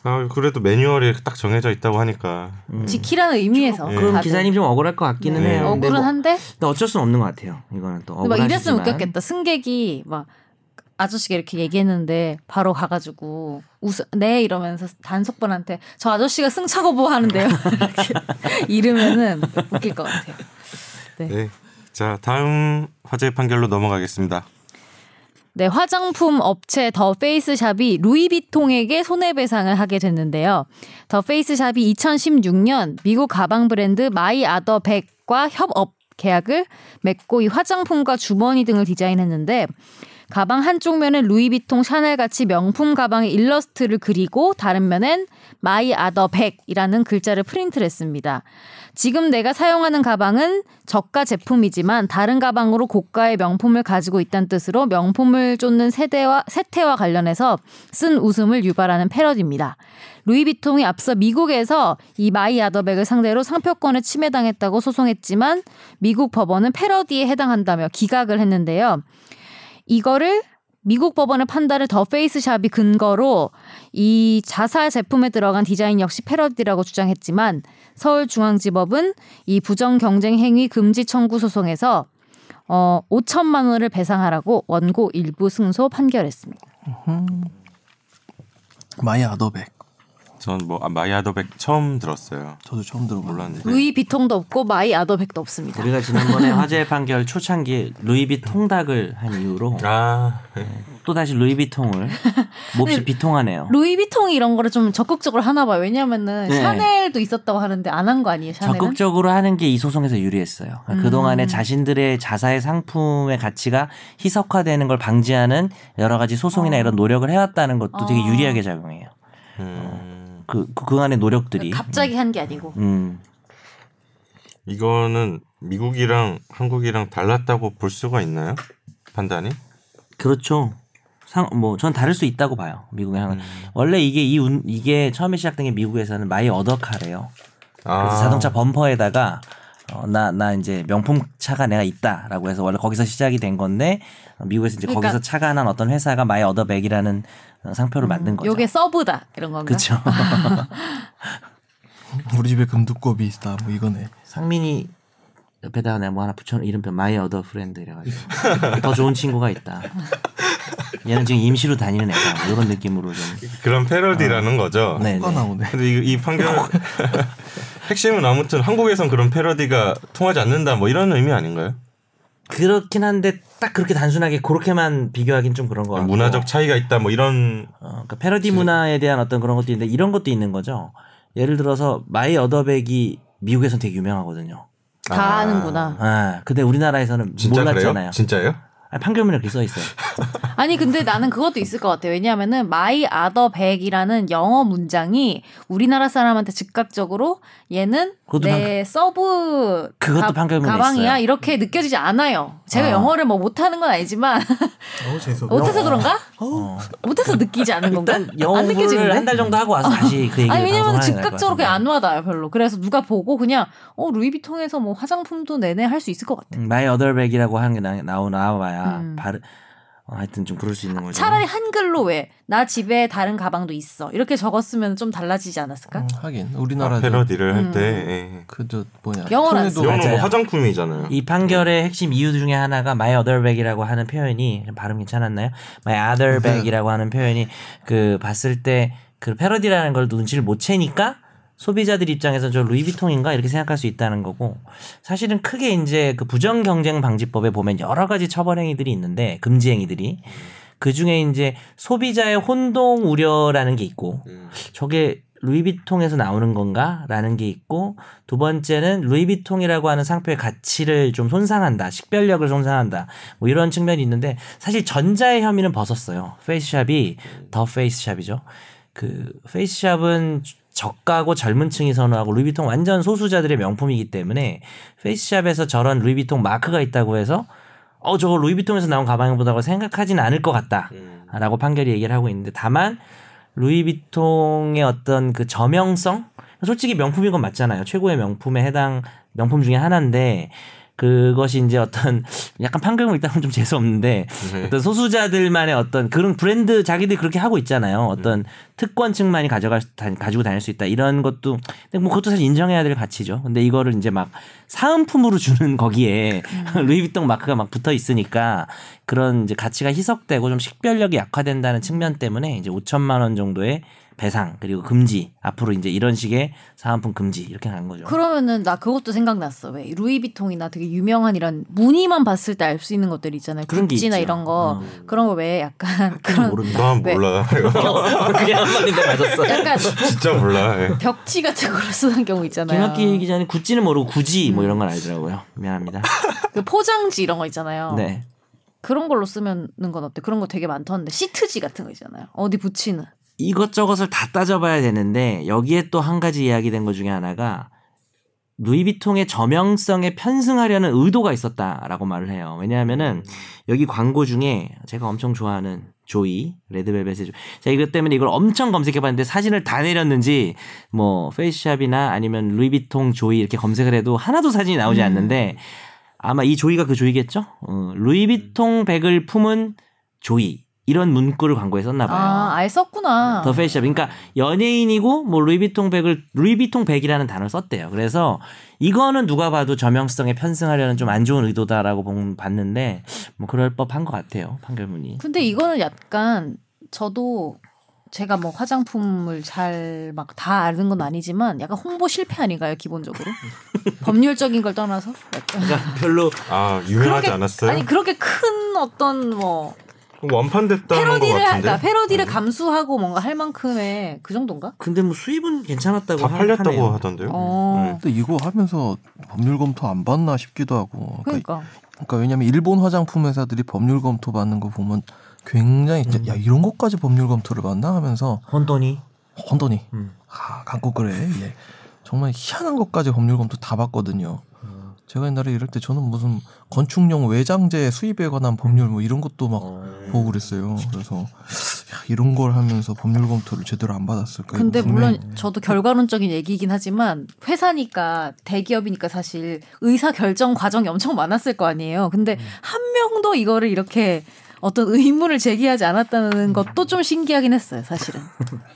S1: 아, 그래도 매뉴얼이 딱 정해져 있다고 하니까
S2: 네.
S3: 지키라는 의미에서.
S2: 음. 그럼
S3: 다들.
S2: 기사님 좀 억울할 것 같기는
S1: 네.
S2: 해요. 근데 뭐-
S3: 억울은 어, 한데
S2: 근데 어쩔 수는 없는 것 같아요. 이거는 또
S3: 근데 막 이랬으면
S2: 억울하시지만.
S3: 웃겼겠다. 승객이 막 아저씨가 이렇게 얘기했는데 바로 가가지고 웃어 네 이러면서 단속반한테 저 아저씨가 승차 거부하는데요 (laughs) 이렇게 이러면은 웃길 것 같아요.
S1: 네. 자 다음 화재 판결로 넘어가겠습니다.
S3: 네, 화장품 업체 더 페이스샵이 루이비통에게 손해배상을 하게 됐는데요. 더 페이스샵이 2016년 미국 가방 브랜드 마이 아더 백과 협업 계약을 맺고 이 화장품과 주머니 등을 디자인했는데 가방 한쪽 면엔 루이비통 샤넬 같이 명품 가방의 일러스트를 그리고 다른 면엔 마이 아더 백이라는 글자를 프린트를 했습니다. 지금 내가 사용하는 가방은 저가 제품이지만 다른 가방으로 고가의 명품을 가지고 있다는 뜻으로 명품을 쫓는 세대와 세태와 관련해서 쓴 웃음을 유발하는 패러디입니다. 루이비통이 앞서 미국에서 이 마이 아더백을 상대로 상표권을 침해당했다고 소송했지만 미국 법원은 패러디에 해당한다며 기각을 했는데요. 이거를 미국 법원의 판단을 더 페이스샵이 근거로 이 자사 제품에 들어간 디자인 역시 패러디라고 주장했지만 서울중앙지법은 이 부정 경쟁 행위 금지 청구 소송에서 어 5천만 원을 배상하라고 원고 일부 승소 판결했습니다.
S4: 그 마이 아더백.
S1: 전 뭐 마이아더백 처음 들었어요.
S4: 저도 처음 들어봤는데.
S1: 몰랐는데
S3: 네. 루이 비통도 없고 마이 아더백도 없습니다.
S2: 우리가 지난번에 화재 판결 초창기에 루이비 통닭을 한 이후로
S1: 아
S2: 또 다시 (laughs) 루이비통을 몹시 비통하네요.
S3: 루이 비통이 이런 거를 좀 적극적으로 하나 봐요. 왜냐면은
S2: 네.
S3: 샤넬도 있었다고 하는데 안 한 거 아니에요, 샤넬은?
S2: 적극적으로 하는 게 이 소송에서 유리했어요. 그러니까 그동안에 자신들의 자사의 상품의 가치가 희석화되는 걸 방지하는 여러 가지 소송이나 이런 노력을 해왔다는 것도 되게 유리하게 작용해요.
S1: 음,
S2: 그, 그, 안의 노력들이.
S3: 갑자기 한 게 아니고.
S2: 음.
S1: 이거는 미국이랑 한국이랑 달랐다고 볼 수가 있나요? 판단이?
S2: 그렇죠. 상, 뭐, 전 다를 수 있다고 봐요. 미국의 향은. 원래 이게, 이, 운- 이게 처음에 시작된 게 미국에서는 마이 어더카래요.
S1: 아,
S2: 그래서 자동차 범퍼에다가 어, 나, 나 이제 명품 차가 내가 있다라고 해서 원래 거기서 시작이 된 건데 어, 미국에서 이제
S3: 그러니까-
S2: 거기서 차가 난 어떤 회사가 마이 어더백이라는 어, 상표를 만든 거죠.
S3: 음, 요게 아. 서브다 이런 건가? (laughs)
S2: 그렇죠.
S4: 우리 집에 금두꺼비 있다. 뭐 이거네.
S2: 상민이 옆에다가 내가 뭐 하나 붙여 이름표 마이 어더 프렌드 이래가지고 더 좋은 친구가 있다. 얘는 지금 임시로 다니는 애다. 뭐 이런 느낌으로 좀.
S1: 그런 패러디라는 거죠.
S2: 네.
S4: 뼈 나오네.
S1: 근데 이, 이 판결 (laughs) 핵심은 아무튼 한국에선 그런 패러디가 통하지 않는다 뭐 이런 의미 아닌가요?
S2: 그렇긴 한데 딱 그렇게 단순하게 그렇게만 비교하긴 좀 그런 거 같고.
S1: 문화적 차이가 있다 뭐 이런
S2: 어, 그러니까 패러디 문화에 대한 어떤 그런 것도 있는데 이런 것도 있는 거죠. 예를 들어서 마이 어더백이 미국에서는 되게 유명하거든요.
S3: 다 하는구나.
S2: 아, 근데 우리나라에서는
S1: 진짜
S2: 몰랐잖아요.
S1: 그래요? 진짜예요?
S2: 아, 아니, 판결문에 이렇게 써 있어요.
S3: 아니 근데 나는 그것도 있을 것 같아. 왜냐하면은 my other bag이라는 영어 문장이 우리나라 사람한테 즉각적으로 얘는
S2: 그것도
S3: 내 서브
S2: 그것도 판결문에
S3: 가방이야
S2: 있어요.
S3: 이렇게 느껴지지 않아요. 제가
S2: 아.
S3: 영어를 뭐 못하는 건 아니지만
S5: 어우 재수.
S3: 못해서 그런가?
S2: 어.
S3: 못해서 느끼지 않는 건가? 안
S2: 영어를
S3: 느껴지는데?
S2: 한 달 정도 하고 와서 다시 그 얘기를
S3: 아니 왜냐면
S2: 방송하는
S3: 즉각적으로
S2: 게
S3: 그게 안 와닿아요 별로. 그래서 누가 보고 그냥 어 루이비통에서 뭐 화장품도 내내 할 수 있을 것 같아.
S2: 음, 마이 어덜백이라고 하는 게 나, 나오 나와야
S3: 음.
S2: 발음 어, 하여튼 좀 그럴 수 있는 거죠.
S3: 차라리 한글로 왜 나 집에 다른 가방도 있어 이렇게 적었으면 좀 달라지지 않았을까?
S2: 어.
S4: 음, 하긴
S1: 아,
S4: 우리나라도
S1: 패러디를
S3: 음.
S1: 할 때
S4: 그저 뭐냐
S3: 영어를 안
S4: 통에도
S2: 쓰나?
S1: 영어는 뭐
S2: 맞아요.
S1: 화장품이잖아요.
S2: 이 판결의 핵심 이유 중에 하나가 my other bag이라고 하는 표현이 발음 괜찮았나요? my other bag이라고 하는 표현이 그 봤을 때 그 패러디라는 걸 눈치를 못 채니까 소비자들 입장에서 저 루이비통인가 이렇게 생각할 수 있다는 거고 사실은 크게 이제 그 부정 경쟁 방지법에 보면 여러 가지 처벌 행위들이 있는데 금지 행위들이 그 중에 이제 소비자의 혼동 우려라는 게 있고
S1: 음.
S2: 저게 루이비통에서 나오는 건가라는 게 있고 두 번째는 루이비통이라고 하는 상표의 가치를 좀 손상한다 식별력을 손상한다 뭐 이런 측면이 있는데 사실 전자의 혐의는 벗었어요 페이스샵이 더 페이스샵이죠 그 페이스샵은 저가고 젊은 층이 선호하고 루이비통 완전 소수자들의 명품이기 때문에 페이스샵에서 저런 루이비통 마크가 있다고 해서 어 저거 루이비통에서 나온 가방이보다고 생각하진 않을 것 같다
S1: 음.
S2: 라고 판결이 얘기를 하고 있는데 다만 루이비통의 어떤 그 저명성 솔직히 명품인 건 맞잖아요 최고의 명품에 해당 명품 중에 하나인데 그것이 이제 어떤 (laughs) 약간 판결문 일단은 좀 재수 없는데 어떤 소수자들만의 어떤 그런 브랜드 자기들이 그렇게 하고 있잖아요 어떤 특권층만이 가져갈 수- 다- 가지고 다닐 수 있다 이런 것도 근데 뭐 그것도 사실 인정해야 될 가치죠 근데 이거를 이제 막 사은품으로 주는 거기에 (laughs) 루이비통 마크가 막 붙어 있으니까 그런 이제 가치가 희석되고 좀 식별력이 약화된다는 측면 때문에 이제 5천만 원 정도의 배상 그리고 금지 앞으로 이제 이런 식의 사은품 금지 이렇게 간 거죠.
S3: 그러면은 나 그것도 생각났어. 왜 루이비통이나 되게 유명한 이런 무늬만 봤을 때 알 수 있는 것들 있잖아요.
S2: 그런 게
S3: 구찌나
S2: 있죠.
S3: 이런 거
S2: 어.
S3: 그런 거
S2: (laughs)
S3: 왜 약간 그런
S1: 난 (laughs)
S3: 왜?
S1: 몰라.
S2: 그냥 한 마디 맞았어.
S3: (laughs) 약간
S1: 진짜 몰라. 예.
S3: 벽지 같은 걸로 쓰는 경우 있잖아요.
S2: 김학기 기자는 굳지는 모르고 굳이 뭐 이런 건 알더라고요. 미안합니다.
S3: 그 포장지 이런 거 있잖아요.
S2: 네.
S3: 그런 걸로 쓰면은 건 어때? 그런 거 되게 많던데 시트지 같은 거 있잖아요. 어디 붙이는.
S2: 이것저것을 다 따져봐야 되는데 여기에 또 한 가지 이야기된 것 중에 하나가 루이비통의 저명성에 편승하려는 의도가 있었다라고 말을 해요. 왜냐하면은 여기 광고 중에 제가 엄청 좋아하는 조이 레드벨벳의 조. 제가 이것 때문에 이걸 엄청 검색해봤는데 사진을 다 내렸는지 뭐 페이스샵이나 아니면 루이비통 조이 이렇게 검색을 해도 하나도 사진이 나오지 않는데 아마 이 조이가 그 조이겠죠? 어, 루이비통 백을 품은 조이 이런 문구를 광고에 썼나 봐요.
S3: 아, 아예 썼구나.
S2: 더 페이스샵. 그러니까 연예인이고 뭐 루이비통 백을 루이비통 백이라는 단어를 썼대요. 그래서 이거는 누가 봐도 저명성에 편승하려는 좀 안 좋은 의도다라고 본- 봤는데 뭐 그럴 법한 것 같아요 판결문이.
S3: 근데 이거는 약간 저도 제가 뭐 화장품을 잘 막 다 아는 건 아니지만 약간 홍보 실패 아닌가요 기본적으로
S1: (laughs)
S3: 법률적인 걸 떠나서 약간
S2: 그러니까 별로
S1: 아 유명하지 않았어요?
S3: 아니 그렇게 큰 어떤 뭐
S1: 완판됐다는 것
S3: 패러디를 하-
S1: 같은데. 네.
S3: 그러니까 패러디를 감수하고 뭔가 할 만큼의 그 정도인가?
S2: 근데 뭐 수입은 괜찮았다고
S1: 다
S2: 하-
S1: 팔렸다고
S2: 하네요.
S1: 하던데요.
S3: 어.
S4: 근데 이거 하면서 법률 검토 안 받나 싶기도 하고 그러니까,
S3: 그러니까
S4: 그러니까 왜냐면 일본 화장품 회사들이 법률 검토 받는 거 보면 굉장히 진짜
S2: 음.
S4: 야 이런 것까지 법률 검토를 받나 하면서
S2: 혼돈이.
S4: 혼돈이
S2: 음.
S4: 아 갖고 그래 예. 정말 희한한 것까지 법률 검토 다 봤거든요. 제가 옛날에 이럴 때 저는 무슨 건축용 외장재 수입에 관한 법률 뭐 이런 것도 막 보고 그랬어요. 그래서 야, 이런 걸 하면서 법률 검토를 제대로 안
S2: 그러니까
S4: 받았을까.
S3: 근데
S4: 이거
S3: 물론
S4: 분명히
S3: 저도 결과론적인 얘기이긴 하지만 회사니까 대기업이니까 사실 의사 결정 과정이 엄청 많았을 거 아니에요. 근데
S2: 음.
S3: 한 명도 이거를 이렇게 어떤 의문을 제기하지
S2: 음.
S3: 않았다는 것도 좀 신기하긴 했어요,
S2: (laughs)
S3: 사실은.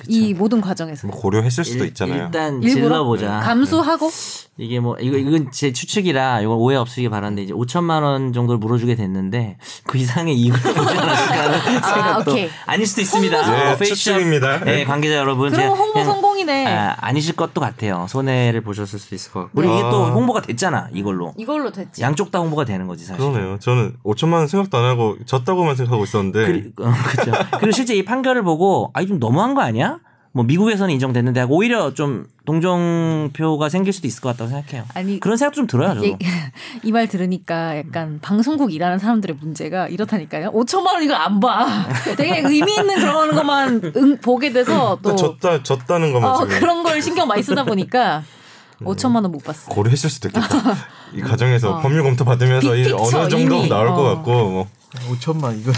S3: 이 모든 과정에서.
S1: 뭐 고려했을 수도
S2: 음. 일-
S1: 있잖아요.
S2: 일단
S3: 일부러 네.
S2: 질러보자.
S3: 감수하고
S2: 이게 뭐 이거 이건 제 추측이라 이건 오해 없으길 바라는데 이제 5천만 원 정도를 물어주게 됐는데 그 이상의 이익을 (laughs) 보지 않았을까 하는
S3: 아,
S2: 생각도
S3: 오케이.
S2: 아닐 수도 있습니다.
S1: 네,
S2: 어, 페이스샵-
S1: 추측입니다.
S2: 네, 관계자 여러분.
S3: 그러면
S2: 제가
S3: 홍보
S2: 그냥,
S3: 성공이네.
S2: 아, 아니실 것도 같아요. 손해를 보셨을 수도 있을 것 같고. 그리고 이게
S1: 아.
S2: 또 홍보가 됐잖아 이걸로.
S3: 이걸로 됐지.
S2: 양쪽 다 홍보가 되는 거지 사실.
S1: 그러네요. 저는 5천만 원 생각도 안 하고 졌다고만 생각하고 있었는데
S2: 그리, 어, 그죠. 그리고 실제 이 판결을 보고, 아니, 좀 아, 너무한 거 아니야? 뭐 미국에서는 인정됐는데 하고 오히려 좀 동정표가 생길 수도 있을 것 같다고 생각해요.
S3: 아니
S2: 그런 생각도 좀 들어요, 저도.
S3: (laughs)
S2: 음.
S3: 이 말 들으니까 약간 방송국 일하는 사람들의 문제가 이렇다니까요. 5천만 원 이거 안 봐. (laughs) 되게 의미 있는 그런 것만 응, 보게 돼서
S2: 그러니까
S3: 또
S1: 졌다 졌다는 것만
S3: 어,
S1: 지금
S3: 그런 걸 신경 많이 쓰다 보니까 5천만 원 못 봤어.
S1: 고려했을 수도
S3: (laughs)
S1: 있겠다. 이 과정에서
S3: 어.
S1: 법률 검토 받으면서 이
S3: 빅픽처
S1: 어느 정도
S3: 이미,
S1: 나올 것
S3: 어.
S1: 같고 뭐
S4: 5천만 아, 이거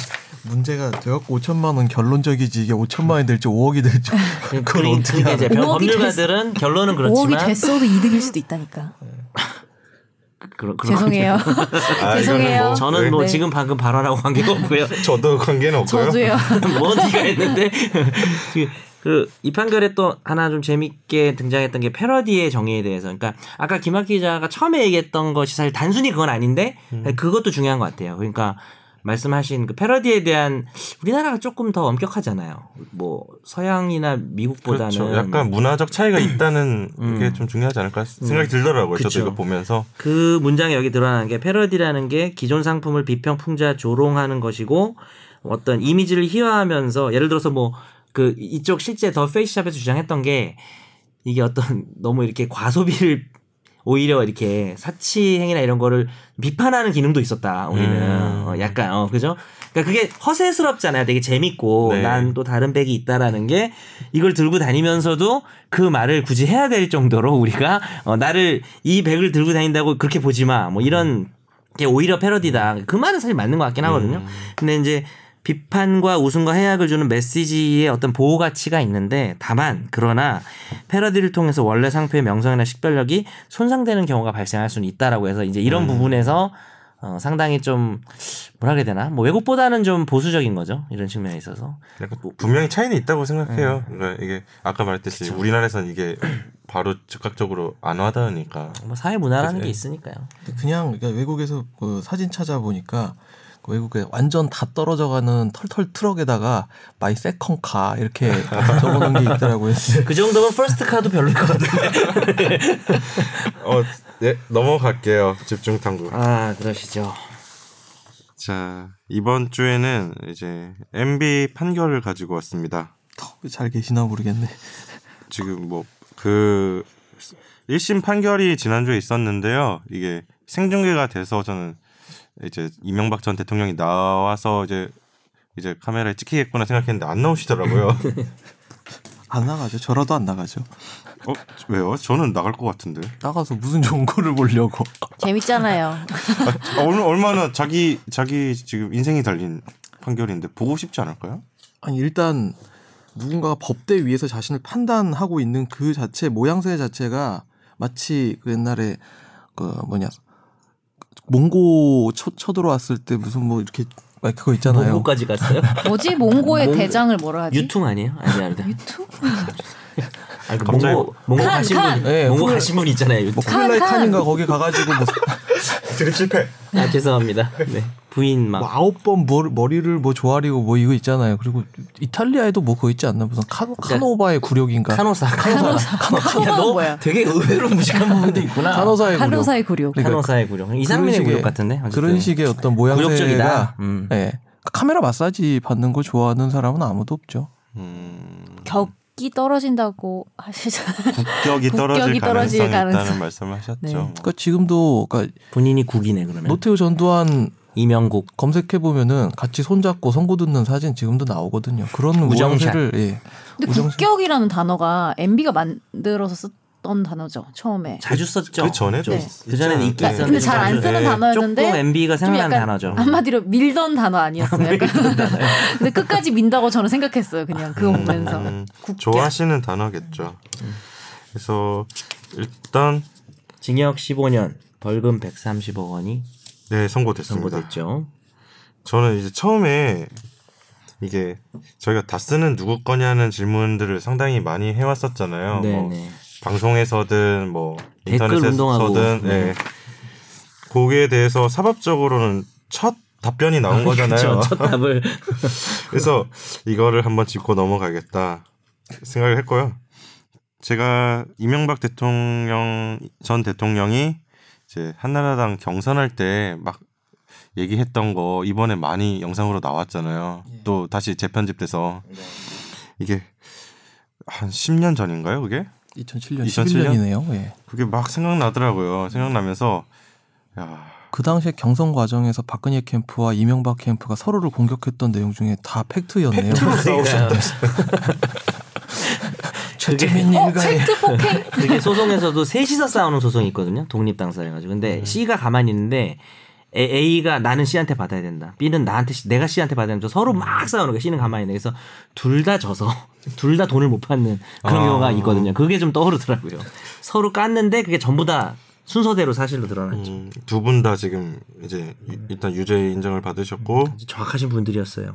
S4: 문제가 되었고 5천만 원 결론적이지 이게 5천만 원이 될지 5억이
S3: (laughs)
S4: 될지 그걸
S2: 그게-
S4: 어떻게
S2: 그게
S4: 알아?
S2: 이제
S3: 알아?
S2: 법률가들은 결론은
S3: 5억이
S2: 그렇지만
S3: 됐어도 이득일 수도 있다니까.
S2: 그런- 그런
S3: 죄송해요. (laughs)
S1: 아,
S3: 죄송해요.
S1: 이거는 뭐
S2: 저는 그렇죠. 뭐
S3: 네.
S2: 지금 방금 발언하고 관계가 없고요. (laughs)
S1: 저도 관계는 없고요.
S3: 저도요.
S2: 뭐 네가 했는데 (laughs) 그 이 판결에 또 하나 좀 재밌게 등장했던 게 패러디의 정의에 대해서 그러니까 아까 김학 기자가 처음에 얘기했던 것이 사실 단순히 그건 아닌데
S4: 음.
S2: 그것도 중요한 것 같아요 그러니까 말씀하신 그 패러디에 대한 우리나라가 조금 더 엄격하잖아요 뭐 서양이나 미국보다는
S1: 그렇죠. 약간 문화적 차이가 있다는
S2: 음.
S1: 게 좀 중요하지 않을까 생각이 들더라고요.
S2: 그쵸.
S1: 저도 이거 보면서
S2: 그 문장이 여기 드러나는 게 패러디라는 게 기존 상품을 비평 풍자 조롱하는 것이고 어떤 이미지를 희화하면서 예를 들어서 뭐 그 이쪽 실제 더 페이스샵에서 주장했던 게 이게 어떤 (laughs) 너무 이렇게 과소비를 오히려 이렇게 사치 행위나 이런 거를 비판하는 기능도 있었다. 우리는
S1: 음.
S2: 어, 약간 어 그죠? 그러니까 그게 허세스럽잖아요. 되게 재밌고
S1: 네.
S2: 난 또 다른 백이 있다라는 게 이걸 들고 다니면서도 그 말을 굳이 해야 될 정도로 우리가 어, 나를 이 백을 들고 다닌다고 그렇게 보지 마. 뭐 이런 게 오히려 패러디다. 그 말은 사실 맞는 것 같긴 하거든요. 근데 이제 비판과 웃음과 해악을 주는 메시지의 어떤 보호 가치가 있는데 다만 그러나 패러디를 통해서 원래 상표의 명성이나 식별력이 손상되는 경우가 발생할 수는 있다라고 해서 이제 이런 부분에서 어, 상당히 좀 뭐라 해야 되나 뭐 외국보다는 좀 보수적인 거죠 이런 측면에 있어서
S1: 약간 분명히 차이는 있다고 생각해요. 그러니까 이게 아까 말했듯이 우리나라에서는 이게 바로 즉각적으로 안 와닿으니까
S2: 뭐 사회 문화라는
S1: 그치.
S2: 게 있으니까요.
S4: 그냥 그러니까 외국에서 그 사진 찾아보니까 그 외국에 완전 다 떨어져가는 털털 트럭에다가 마이 세컨 카 이렇게 (laughs) 적어놓은 게 있더라고요. (laughs)
S2: 그 정도면 퍼스트 카도 별로일 것 같은데.
S1: 어, 네, 넘어갈게요. 집중 탐구.
S2: 아 그러시죠.
S1: 자, 이번 주에는 이제 MB 판결을 가지고 왔습니다.
S4: 잘 계시나 모르겠네.
S1: 지금 뭐 그 1심 판결이 지난주에 있었는데요. 이게 생중계가 돼서 저는 이제 이명박 전 대통령이 나와서 이제 이제 카메라에 찍히겠구나 생각했는데 안
S2: (laughs)
S1: 나오시더라고요.
S4: 안 나가죠. 저라도 안 나가죠.
S1: 어, 왜요? 저는 나갈 것 같은데.
S4: 나가서 무슨 좋은 거를 보려고. (laughs)
S3: 재밌잖아요.
S1: 아, 얼- 얼마나 자기 자기 지금 인생이 달린 판결인데 보고 싶지 않을까요?
S4: 아니 일단 누군가가 법대 위에서 자신을 판단하고 있는 그 자체 모양새 자체가 마치 그 옛날에 그 뭐냐 그 몽고 쳐, 쳐들어왔을 때 무슨 뭐 이렇게 막 그거 있잖아요.
S2: 몽고까지 갔어요?
S3: 뭐지 몽고의
S2: 몽고.
S3: 대장을 뭐라 하지?
S2: 유퉁 아니에요? 아니
S3: (laughs)
S2: 아니다. 유퉁? (laughs) 아니 그
S1: 갑자기-
S2: 몽고 몽고
S3: 칸,
S2: 가신
S3: 칸.
S2: 분
S4: 예,
S2: 몽고
S4: 칸.
S2: 가신 분 있잖아요.
S4: 뭐
S2: 유퉁.
S4: 콜라이
S3: 칸, 칸.
S4: 칸인가 거기 가가지고
S2: (laughs)
S4: 뭐,
S1: 드립 실패.
S2: 아 죄송합니다. 네 부인
S4: 뭐
S2: 막
S4: 아홉 번 머리, 머리를 뭐 조아리고 뭐 이거 있잖아요. 그리고 이탈리아에도 뭐 그거 있지 않나 무슨 카노, 카노바의 구력인가
S2: 네. 카노사 카노사 (laughs)
S3: 카노사.
S2: 야, 너
S3: 뭐야?
S2: 되게 의외로 무식한 부분도 있구나.
S4: 아, 카노사의 구력
S3: 카노사의
S2: 네.
S3: 고려.
S4: 그러니까
S2: 카노사의 구령. 이상민의
S4: 그런
S2: 구력
S4: 식의-
S2: 같은데. 어쨌든.
S4: 그런 식의 어떤 모양새가
S2: 굴욕적이다. 음.
S4: 예. 카메라 마사지 받는 거 좋아하는 사람은 아무도 없죠.
S2: 음.
S3: 격이 떨어진다고 하시잖아요. (laughs)
S1: 국격이 떨어질
S3: 국격이 떨어질
S1: 가능성이
S3: 가능성.
S1: 있다는 말씀하셨죠.
S3: 네.
S1: 뭐.
S4: 그러니까 지금도 그러니까
S2: 본인이 국이네 그러면.
S4: 노태우 전두환
S2: 이명국.
S4: 검색해 보면은 같이 손잡고 선고 듣는 사진 지금도 나오거든요. 그런
S2: 우정샷.
S4: 모양새를 예.
S3: 근데
S4: 우정씨.
S3: 국격이라는 단어가 MB가 만들어서 썼던 단어죠 처음에.
S2: 자주 썼죠.
S1: 그 전에
S2: 좀.
S3: 네.
S2: 그 전에는 있긴
S1: 네.
S2: 있었는데.
S3: 근데
S2: 좀
S3: 잘 안
S2: 자주-
S3: 쓰는
S1: 네.
S3: 단어였는데
S2: 조금 MB가
S3: 좀
S2: 생각나는
S3: 약간
S2: 단어죠.
S3: 한마디로 밀던 단어 아니었어요. 약간. 근데 끝까지 민다고 저는 생각했어요. 그냥 그거 보면서.
S1: 음,
S3: 국격.
S1: 좋아하시는 단어겠죠. 그래서 일단
S2: 징역 15년, 벌금 130억 원이
S1: 네 선고됐습니다.
S2: 선고됐죠.
S1: 저는 이제 처음에 이게 저희가 다 쓰는 누구 거냐는 질문들을 상당히 많이 해왔었잖아요. 뭐
S2: 네네.
S1: 방송에서든 뭐
S2: 댓글 운동하고.
S1: 인터넷에서든 네. 거기에 대해서 사법적으로는 첫 답변이 나온 거잖아요.
S2: 그쵸, 그렇죠. 첫
S1: (laughs)
S2: 답을
S1: 그래서 이거를 한번 짚고 넘어가겠다 생각을 했고요. 제가 이명박 대통령 전 대통령이 이제 한나라당 경선할 때 막 얘기했던 거 이번에 많이 영상으로 나왔잖아요. 또 다시 재편집돼서 이게 한 10년 전인가요, 그게?
S4: 2007년
S1: 2007년?
S4: 11년이네요. 예.
S1: 그게 막 생각나더라고요. 생각나면서 야,
S4: 그 당시에 경선 과정에서 박근혜 캠프와 이명박 캠프가 서로를 공격했던 내용 중에 다 (laughs) 팩트였네요. 최재민
S3: 어,
S4: 일가의
S3: 팩트 폭행.
S2: 그게 소송에서도 셋이서 싸우는 소송이 있거든요. 독립당사해가지고. 근데
S1: 음.
S2: C가 가만히 있는데 A- A가 나는 C한테 받아야 된다. B는 나한테 C- 내가 C한테 받아야 된다. 서로 막 싸우는 거야. C는 가만히 있는. 그래서 둘 다 져서 (laughs) 둘 다 돈을 못 받는 그런
S1: 아.
S2: 경우가 있거든요. 그게 좀 떠오르더라고요. 서로 깠는데 그게 전부 다 순서대로 사실로 드러났죠.
S1: 음, 두 분 다 지금 이제 유- 일단 유죄 인정을 받으셨고
S2: 아주 정확하신 분들이었어요.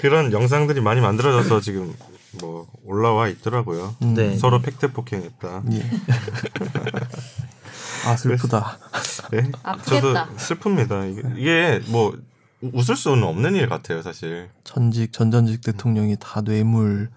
S1: 그런 영상들이 많이 만들어져서 지금 뭐 올라와 있더라고요.
S4: 음.
S2: 네.
S1: 서로 팩트 폭행했다.
S4: 예. 아 슬프다.
S1: 네?
S3: 아프겠다.
S1: 저도 슬픕니다. 이게, 이게 뭐 우- 웃을 수는 없는 일 같아요, 사실.
S4: 전직 전전직 대통령이 다 뇌물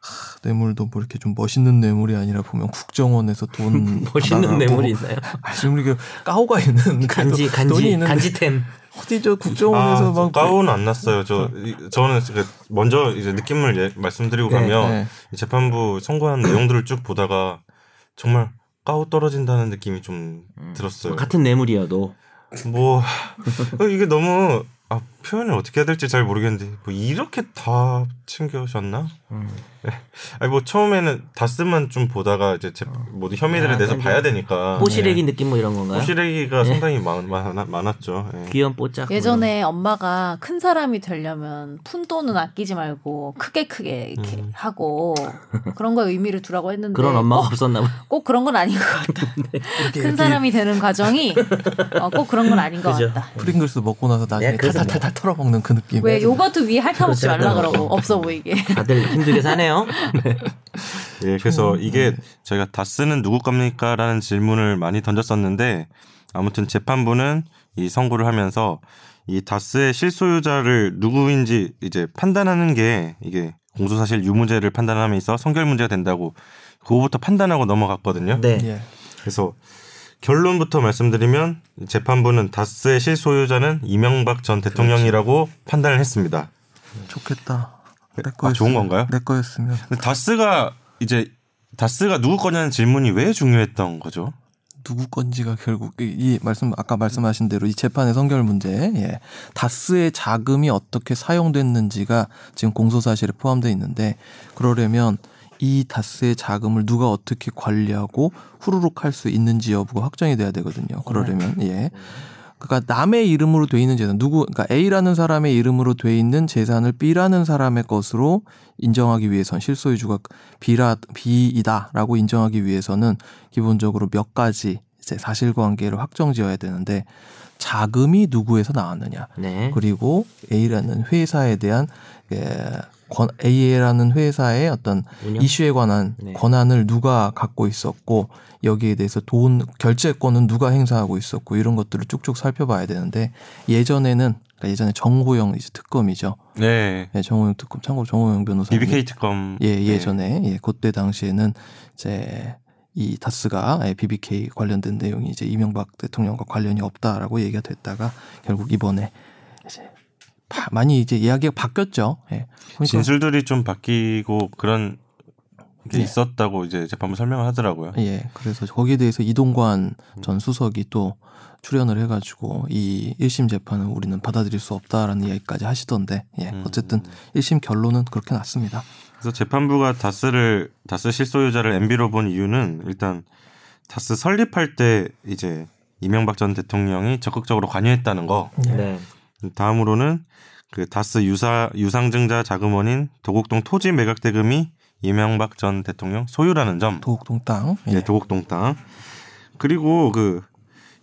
S4: 하, 뇌물도 뭐 이렇게 좀 멋있는 뇌물이 아니라 보면 국정원에서 돈
S2: (laughs) 멋있는
S4: 받아가고
S2: 뇌물이 있나요?
S4: (laughs) 아 지금 이게 까오가 있는
S2: 뭐, (laughs) 간지
S4: 그래도 돈이
S2: 간지
S4: 있는데
S2: 간지템.
S4: 어디 저 국정원에서
S1: 아,
S4: 막
S1: 까운 안 났어요. 저 이- 저는 그 먼저 이제 느낌을 예- 말씀드리고
S4: 네,
S1: 가면
S4: 네.
S1: 이 재판부 선고한 내용들을 쭉 보다가 정말 까우 떨어진다는 느낌이 좀
S4: 뭐
S1: 들었어요.
S2: 같은 뇌물이어도
S1: 뭐 어, 이게 너무 아, 표현을 어떻게 해야 될지 잘 모르겠는데 뭐 이렇게 다 챙겨셨나?
S2: 음.
S1: 아니 뭐 처음에는 다스만 좀 보다가 이제 제, 뭐 혐의들에
S2: 아,
S1: 대해서
S2: 그러니까
S1: 봐야 되니까
S2: 꼬시래기 느낌 뭐 이런 건가요?
S1: 호시레기가 상당히 많, 많, 많았죠. 예.
S2: 귀염 뽀짝. 뭐 이런
S3: 예전에 엄마가 큰 사람이 되려면 푼 돈은 아끼지 말고 크게 크게 이렇게 하고 그런 거에 의미를 두라고 했는데
S2: 음. 그런 엄마가 네.
S3: 꼭,
S2: 없었나
S3: (laughs)
S2: 봐.
S3: 꼭 그런 건 아닌 것 같다.
S2: (laughs)
S3: 큰
S4: 이렇게
S3: 사람이 되는 과정이 어, 꼭 그런 건 아닌 것
S2: 그죠.
S3: 같다.
S4: 프링글스 먹고 나서 나중에
S2: 네, 그래서 뭐.
S4: 탈탈탈탈 털어먹는 그 느낌.
S3: 왜 요거트 위에 핥아먹지 말라 그러고 없어
S2: (laughs)
S3: 보이게.
S2: 다들 힘들게 사네요.
S1: 예, 그래서 이게 저희가 다스는 누구 겁니까라는 질문을 많이 던졌었는데 아무튼 재판부는 이 선고를 하면서 이 다스의 실소유자를 누구인지 이제 판단하는 게 이게 공소사실 유무죄를 판단함에 있어 성결 문제가 된다고 그거부터 판단하고 넘어갔거든요.
S2: 네.
S4: 예.
S1: 그래서 결론부터 말씀드리면 재판부는 다스의 실소유자는 이명박 전 대통령이라고 판단을 했습니다.
S4: 좋겠다. 내
S1: 아, 좋은
S4: 거였으면-
S1: 건가요?
S4: 내 거였으면
S1: 근데 다스가 이제 다스가 누구 거냐는 질문이 왜 중요했던 거죠?
S4: 누구 건지가 결국 이, 이 말씀 아까 말씀하신 대로 이 재판의 성결 문제, 예. 다스의 자금이 어떻게 사용됐는지가 지금 공소 사실에 포함되어 있는데 그러려면 이 다스의 자금을 누가 어떻게 관리하고 후루룩 할 수 있는지 여부가 확정이 돼야 되거든요. 그러려면 예. 그러니까 남의 이름으로 돼 있는 재산 누구 그러니까 A라는 사람의 이름으로 돼 있는 재산을 B라는 사람의 것으로 인정하기 위해선 실소유주가 B라 B이다라고 인정하기 위해서는 기본적으로 몇 가지 이제 사실관계를 확정지어야 되는데 자금이 누구에서 나왔느냐
S2: 네.
S4: 그리고 A라는 회사에 대한 예, 권, A라는 회사의 어떤
S2: 운영?
S4: 이슈에 관한
S2: 네.
S4: 권한을 누가 갖고 있었고 여기에 대해서 돈 결제권은 누가 행사하고 있었고 이런 것들을 쭉쭉 살펴봐야 되는데 예전에는 그러니까 예전에 정호영 이제 특검이죠.
S1: 네.
S4: 예, 정호영 특검 참고로 정호영 변호사
S1: BBK 특검.
S4: 예 예전에 예 그때 당시에는 이제 이 다스가 예, BBK 관련된 내용이 이제 이명박 대통령과 관련이 없다라고 얘기가 됐다가 결국 이번에 이제 바- 많이 이제 이야기가 바뀌었죠. 예.
S1: 네.
S4: 그러니까
S1: 진술들이 좀 바뀌고 그런 게
S4: 네.
S1: 있었다고 이제 재판부 설명을 하더라고요.
S4: 예, 그래서 거기에 대해서 이동관
S1: 음.
S4: 전 수석이 또 출연을 해가지고 이 1심 재판은 우리는 받아들일 수 없다라는 이야기까지 하시던데, 예,
S1: 음.
S4: 어쨌든 1심 결론은 그렇게 났습니다.
S1: 그래서 재판부가 다스를 다스 실소유자를 MB로 본 이유는 일단 다스 설립할 때 이제 이명박 전 대통령이 적극적으로 관여했다는 거.
S4: 음.
S2: 네.
S1: 다음으로는 그 다스 유사 유상증자 자금원인 도곡동 토지 매각 대금이 이명박 전 대통령 소유라는 점.
S4: 도곡동 땅, 예,
S1: 네, 도곡동 땅. 그리고 그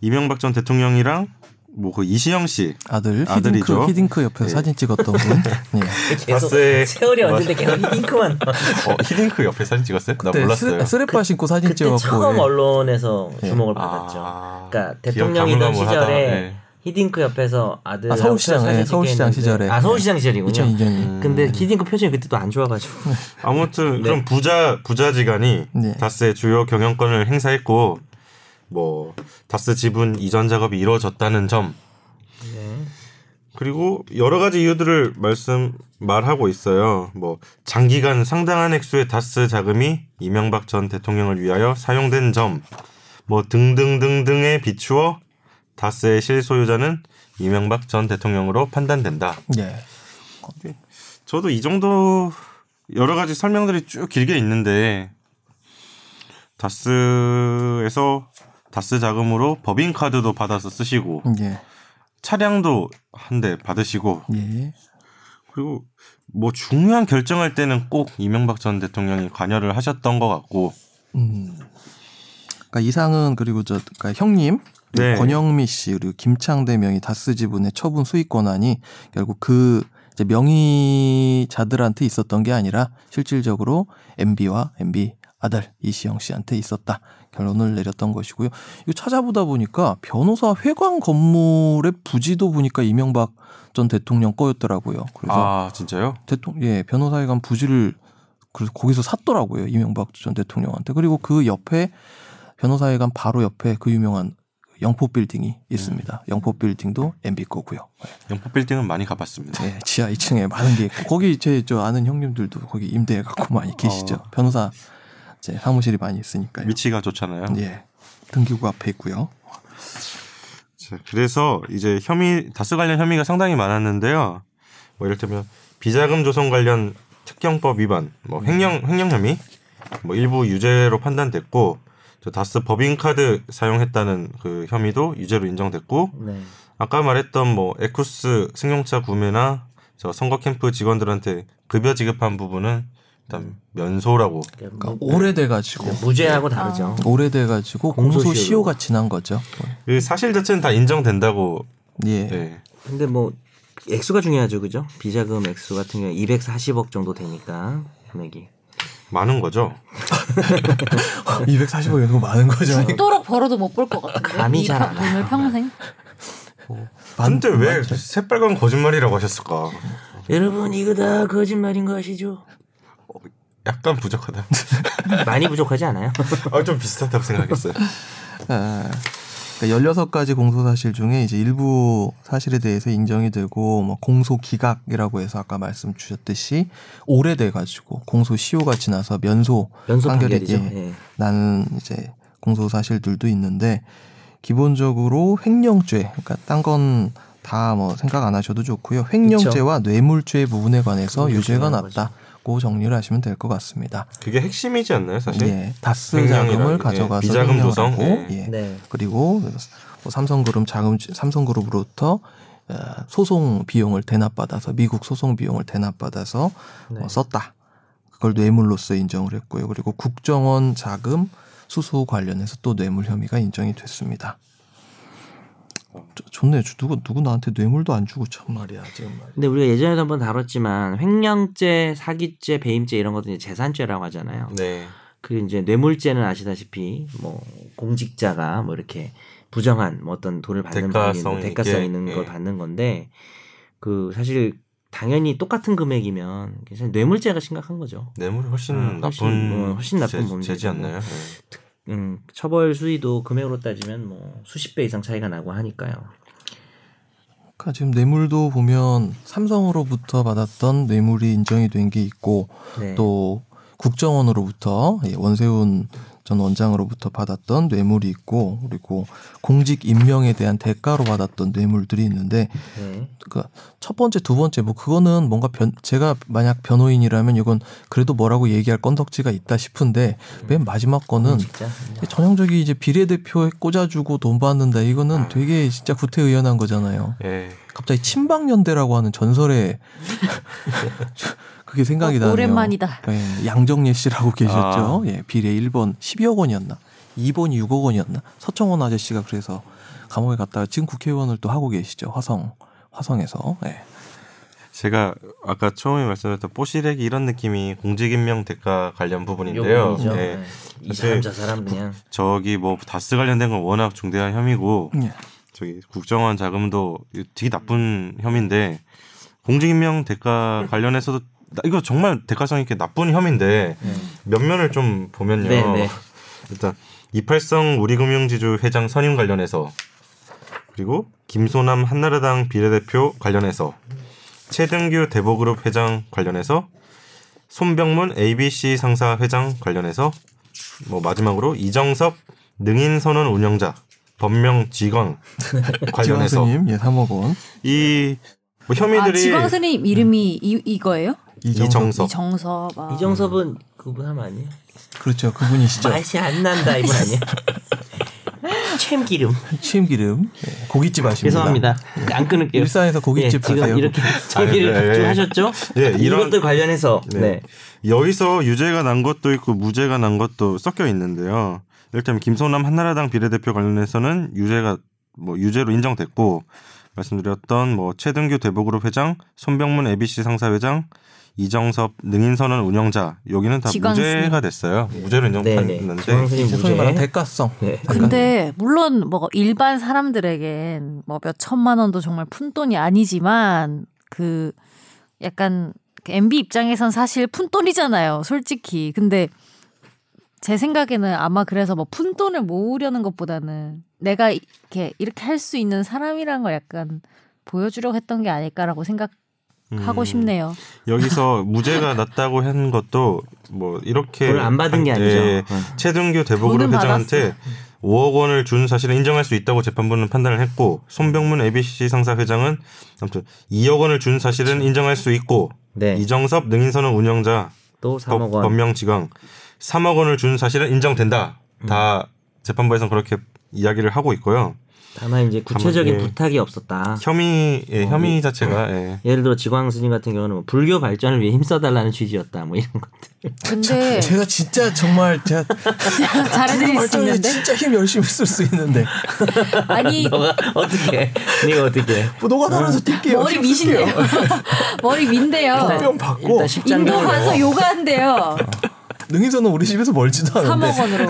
S1: 이명박 전 대통령이랑 뭐 그 이시영 씨
S4: 아들
S1: 아들이죠.
S4: 히딩크, 히딩크 옆에서
S1: 예.
S4: 사진 찍었던 분,
S1: (laughs)
S4: 예.
S2: 계속
S1: 다스의-
S2: (laughs) 세월이 언제인데 계속 잉크만.
S1: 어, 히딩크 옆에 사진 찍었어요? 나
S4: 그때
S1: 몰랐어요.
S4: 네, 쓰레- 쓰레빠 신고 사진
S2: 그때
S4: 찍었고,
S2: 처음
S4: 예.
S2: 언론에서
S4: 예.
S2: 주목을
S1: 아,
S2: 받았죠. 그러니까
S1: 기억
S2: 대통령이던
S1: 가물가물하다.
S2: 시절에
S1: 네.
S2: 히딩크 옆에서 아들
S4: 아, 서울시장, 예, 서울시장 시절에.
S2: 아 서울시장 시절이군요.
S4: 2002년.
S2: 근데 히딩크 표정이 그때 또 안 좋아가지고
S1: 아무튼 그럼 부자 부자지간이
S4: 네.
S1: 다스의 주요 경영권을 행사했고 뭐 다스 지분 이전 작업이 이루어졌다는 점. 그리고 여러 가지 이유들을 말씀 말하고 있어요. 뭐 장기간 상당한 액수의 다스 자금이 이명박 전 대통령을 위하여 사용된 점, 뭐 등등등등에 비추어 다스의 실소유자는 이명박 전 대통령으로 판단된다.
S4: 예.
S1: 저도 이 정도 여러 가지 설명들이 쭉 길게 있는데 다스에서 다스 자금으로 법인 카드도 받아서 쓰시고
S4: 예.
S1: 차량도 한 대 받으시고
S4: 예.
S1: 그리고 뭐 중요한 결정할 때는 꼭 이명박 전 대통령이 관여를 하셨던 것 같고
S4: 음. 그러니까 이상은 그리고 저 그러니까 형님 그리고
S1: 네.
S4: 권영미 씨 그리고 김창대 명의 다스 지분의 처분 수익 권한이 결국 그 이제 명의자들한테 있었던 게 아니라 실질적으로 MB와 MB 아들 이시영 씨한테 있었다 결론을 내렸던 것이고요. 이거 찾아보다 보니까 변호사 회관 건물의 부지도 보니까 이명박 전 대통령 거였더라고요. 그래서
S1: 아 진짜요?
S4: 대통령 예 변호사회관 부지를 그래서 거기서 샀더라고요 이명박 전 대통령한테 그리고 그 옆에 변호사회관 바로 옆에 그 유명한 영포 빌딩이 있습니다 영포 빌딩도 MB 거고요
S1: 영포 빌딩은 많이 가봤습니다.
S4: 예 지하 2층에 많은 게 있고 거기 제 저 아는 형님들도 거기 임대해 갖고 많이 계시죠
S1: 어.
S4: 변호사 제 사무실이 많이 있으니까요
S1: 위치가 좋잖아요.
S4: 예 등기구 앞에 있고요
S1: 자, 그래서 이제 혐의 다스 관련 혐의가 상당히 많았는데요. 뭐 이를테면 비자금 조성 관련 특경법 위반, 뭐 횡령 횡령 혐의, 뭐 일부 유죄로 판단됐고 또 다스 법인카드 사용했다는 그 혐의도 유죄로 인정됐고
S2: 네.
S1: 아까 말했던 뭐 에쿠스 승용차 구매나 저 선거 캠프 직원들한테 급여 지급한 부분은 일단 면소라고
S4: 그러니까 오래돼 가지고
S2: 무죄하고 다르죠.
S4: 오래돼 가지고 공소시효가
S2: 음. 공소시효로.
S4: 지난 거죠
S1: 그 사실 자체는 다 인정된다고
S4: 예
S1: 예.
S2: 근데 뭐 액수가 중요하죠, 그죠? 비자금 액수 같은 경우 240억 정도 되니까 금액이.
S1: 많은 거죠.
S4: (laughs) 240억이 너무 많은 거죠
S3: 죽도록 벌어도 못 볼 것 같은데.
S2: 감이 잘
S3: 이
S2: 안 와.
S3: 돈을
S1: 네.
S3: 평생. 아,
S1: 근데 왜 새빨간 거짓말이라고 하셨을까?
S2: 여러분 이거 다 거짓말인 거 아시죠?
S1: 약간 부족하다. (laughs)
S2: 많이 부족하지 (laughs) 않아요?
S1: 아, 좀 비슷하다고 생각했어요.
S4: 아, 그러니까 16가지 공소 사실 중에 이제 일부 사실에 대해서 인정이 되고 뭐 공소 기각이라고 해서 아까 말씀 주셨듯이 오래돼 가지고 공소 시효가 지나서 면소
S2: 연소
S4: 판결이
S2: 판결이죠.
S4: 이제
S2: 예.
S4: 나는 이제 공소 사실들도 있는데 기본적으로 횡령죄 그러니까 딴 건 다 뭐 생각 안 하셔도 좋고요. 횡령죄와 뇌물죄 부분에 관해서
S2: 그게
S4: 유죄가
S2: 중요한 거죠.
S4: 났다고 정리를 하시면 될 것 같습니다.
S1: 그게 핵심이지 않나요, 사실?
S4: 예, 다스
S1: 횡령이라,
S4: 자금을
S1: 예,
S4: 가져가서
S1: 비자금
S4: 횡령하고,
S1: 조성, 예.
S4: 예,
S2: 네.
S4: 그리고 뭐 삼성그룹 자금 삼성그룹으로부터 어, 소송 비용을 대납받아서 미국 소송 비용을 대납받아서
S2: 네.
S4: 어, 썼다. 그걸 뇌물로서 인정을 했고요. 그리고 국정원 자금 수수 관련해서 또 뇌물 혐의가 인정이 됐습니다. 저- 좋네. 저 누구 누구 나한테 뇌물도 안 주고 참 말이야 지금 말이야.
S2: 근데 우리가 예전에도 한번 다뤘지만 횡령죄, 사기죄, 배임죄 이런 것도 이제 재산죄라고 하잖아요.
S1: 네.
S2: 그 이제 뇌물죄는 아시다시피 뭐 공직자가 뭐 이렇게 부정한 뭐 어떤 돈을 받는
S1: 대가성
S2: 방법인데 대가성
S1: 있게,
S2: 있는
S1: 예.
S2: 걸 받는 건데 그 사실 당연히 똑같은 금액이면 사실 뇌물죄가 심각한 거죠.
S1: 뇌물이 훨씬
S2: 아,
S1: 나쁜
S2: 훨씬, 어, 훨씬 나쁜 범죄죠.
S1: 지 않나요? 네.
S2: 음, 처벌 수위도 금액으로 따지면 뭐 수십 배 이상 차이가 나고 하니까요.
S4: 그러니까 지금 뇌물도 보면 삼성으로부터 받았던 뇌물이 인정이 된 게 있고
S2: 네.
S4: 또 국정원으로부터 예, 원세훈 전 원장으로부터 받았던 뇌물이 있고 그리고 공직 임명에 대한 대가로 받았던 뇌물들이 있는데
S2: 네.
S4: 그 첫 번째 두 번째 뭐 그거는 뭔가 변 제가 만약 변호인이라면 이건 그래도 뭐라고 얘기할 건덕지가 있다 싶은데 맨 마지막 거는
S2: 진짜.
S4: 전형적인 이제 비례대표에 꽂아주고 돈 받는다 이거는 되게 진짜 구태의연한 거잖아요.
S2: 네.
S1: 예.
S4: 갑자기 친박연대라고
S3: (laughs)
S4: 하는 전설의 그게 생각이 나네요.
S3: 어, 오랜만이다.
S4: 예, 양정예 씨라고 계셨죠.
S1: 아.
S4: 예, 비례 1번 12억 원이었나? 2번 6억 원이었나? 서청원 아저씨가 그래서 감옥에 갔다가 지금 국회의원을 또 하고 계시죠. 화성 화성에서. 예.
S1: 제가 아까 처음에 말씀드렸던 뽀시래기 이런 느낌이 공직임명 대가 관련 부분인데요.
S2: 요금이죠.
S1: 예.
S2: 네. 이
S1: 사실
S2: 사람 저 사람 그냥
S1: 저기 뭐 다스 관련된 건 워낙 중대한 혐의고
S4: 예.
S1: 저기 국정원 자금도 이거 되게 나쁜 혐의인데 공직임명 대가 관련해서도 나- 이거 정말 대가성 있게 나쁜 혐의인데
S4: 음.
S1: 몇 면을 좀 보면요. (laughs)
S2: 네, 네.
S1: 일단 이팔성 우리금융지주 회장 선임 관련해서 그리고 김소남 한나라당 비례대표 관련해서 최등규 대보그룹 회장 관련해서 손병문 ABC 상사 회장 관련해서 뭐 마지막으로 이정섭 능인선언 운영자 법명 직원 관련해서
S4: 지광스님 예 3억 원.
S1: 이 뭐
S3: 아,
S1: 혐의들이
S3: 지광 스님 이름이 이, 이거예요?
S1: 이정섭. 섭.
S3: 이정섭. 아.
S2: 이정섭은 그분 하면 아니에요?
S4: 그렇죠 그분이시죠.
S2: 맛이 안 난다 이분
S4: (laughs)
S2: 아니에요? (laughs) 참기름.
S4: 취임기름 예, 고깃집 아십니다.
S2: 죄송합니다. 안 끊을게요.
S4: 일산에서 고깃집
S2: 예, 지금
S4: 가세요.
S2: 이렇게 참기름
S1: 아, 네,
S2: 각주
S1: 네.
S2: 하셨죠?
S1: 예, 이런-
S2: 이것들 관련해서
S1: 네.
S2: 네.
S1: 여기서 유죄가 난 것도 있고 무죄가 난 것도 섞여 있는데요. 일단 김소남 한나라당 비례대표 관련해서는 유죄가 뭐 유죄로 인정됐고 말씀드렸던 뭐 최등규 대보그룹 회장, 손병문 ABC 상사 회장, 이정섭 능인선언 운영자 여기는 다
S3: 지광스님.
S1: 무죄가 됐어요. 무죄로
S2: 예. 네네.
S1: 인정됐는데 음.
S2: 정선생님
S4: 이제 소위 말하는
S2: 무죄.
S4: 대가성.
S2: 네.
S3: 근데 물론 뭐 일반 사람들에겐 뭐 몇 천만 원도 정말 푼돈이 아니지만 그 약간 그 MB 입장에선 사실 푼돈이잖아요, 솔직히. 근데 제 생각에는 아마 그래서 뭐 푼돈을 모으려는 것보다는 내가 이렇게 이렇게 할 수 있는 사람이란 걸 약간 보여주려고 했던 게 아닐까라고 생각하고
S1: 음,
S3: 싶네요.
S1: 여기서
S3: (laughs)
S1: 무죄가 났다고 한 것도 뭐 이렇게
S2: 돈을 안 받은 게
S1: 한-
S2: 아니죠. 네.
S1: 예, 최등규 대보그룹
S3: 돈은
S1: 회장한테 5억 원을 준 사실을 인정할 수 있다고 재판부는 판단을 했고 손병문 ABC 상사 회장은 아무튼 2억 원을 준 사실은 인정할 수 있고
S2: 그렇죠. 네.
S1: 이정섭 능인선언 운영자
S2: 또
S1: 법,
S2: 3억 원.
S1: 법명지강 3억 원을 준 사실은 인정된다.
S2: 음.
S1: 다 재판부에선 그렇게 이야기를 하고 있고요.
S2: 다만 이제 구체적인
S1: 가만- 예.
S2: 부탁이 없었다.
S1: 혐의 예, 혐의 자체가 예.
S2: 예를 들어 지광 스님 같은 경우는 뭐 불교 발전을 위해 힘써달라는 취지였다. 뭐 이런 것들.
S3: 근데
S4: 제가 진짜 정말
S3: (laughs)
S4: 제가 (laughs)
S3: 잘해드릴 수
S4: 발전에
S3: 있는데
S4: 진짜 힘 열심히 쓸 수 있는데
S3: 아니
S2: 너가 (laughs) 어떻게? 네가 어떻게?
S4: 뭐 너가 따라서 뛸게요. 네.
S3: 머리 미신데요. (laughs) 머리 민데요.
S4: 뿅 받고
S2: 일단 십장경을
S3: 인도 가서
S2: 외워.
S3: 요가한대요.
S4: 능인선은 우리 집에서 멀지도
S3: 3억
S4: 않은데
S3: 원으로.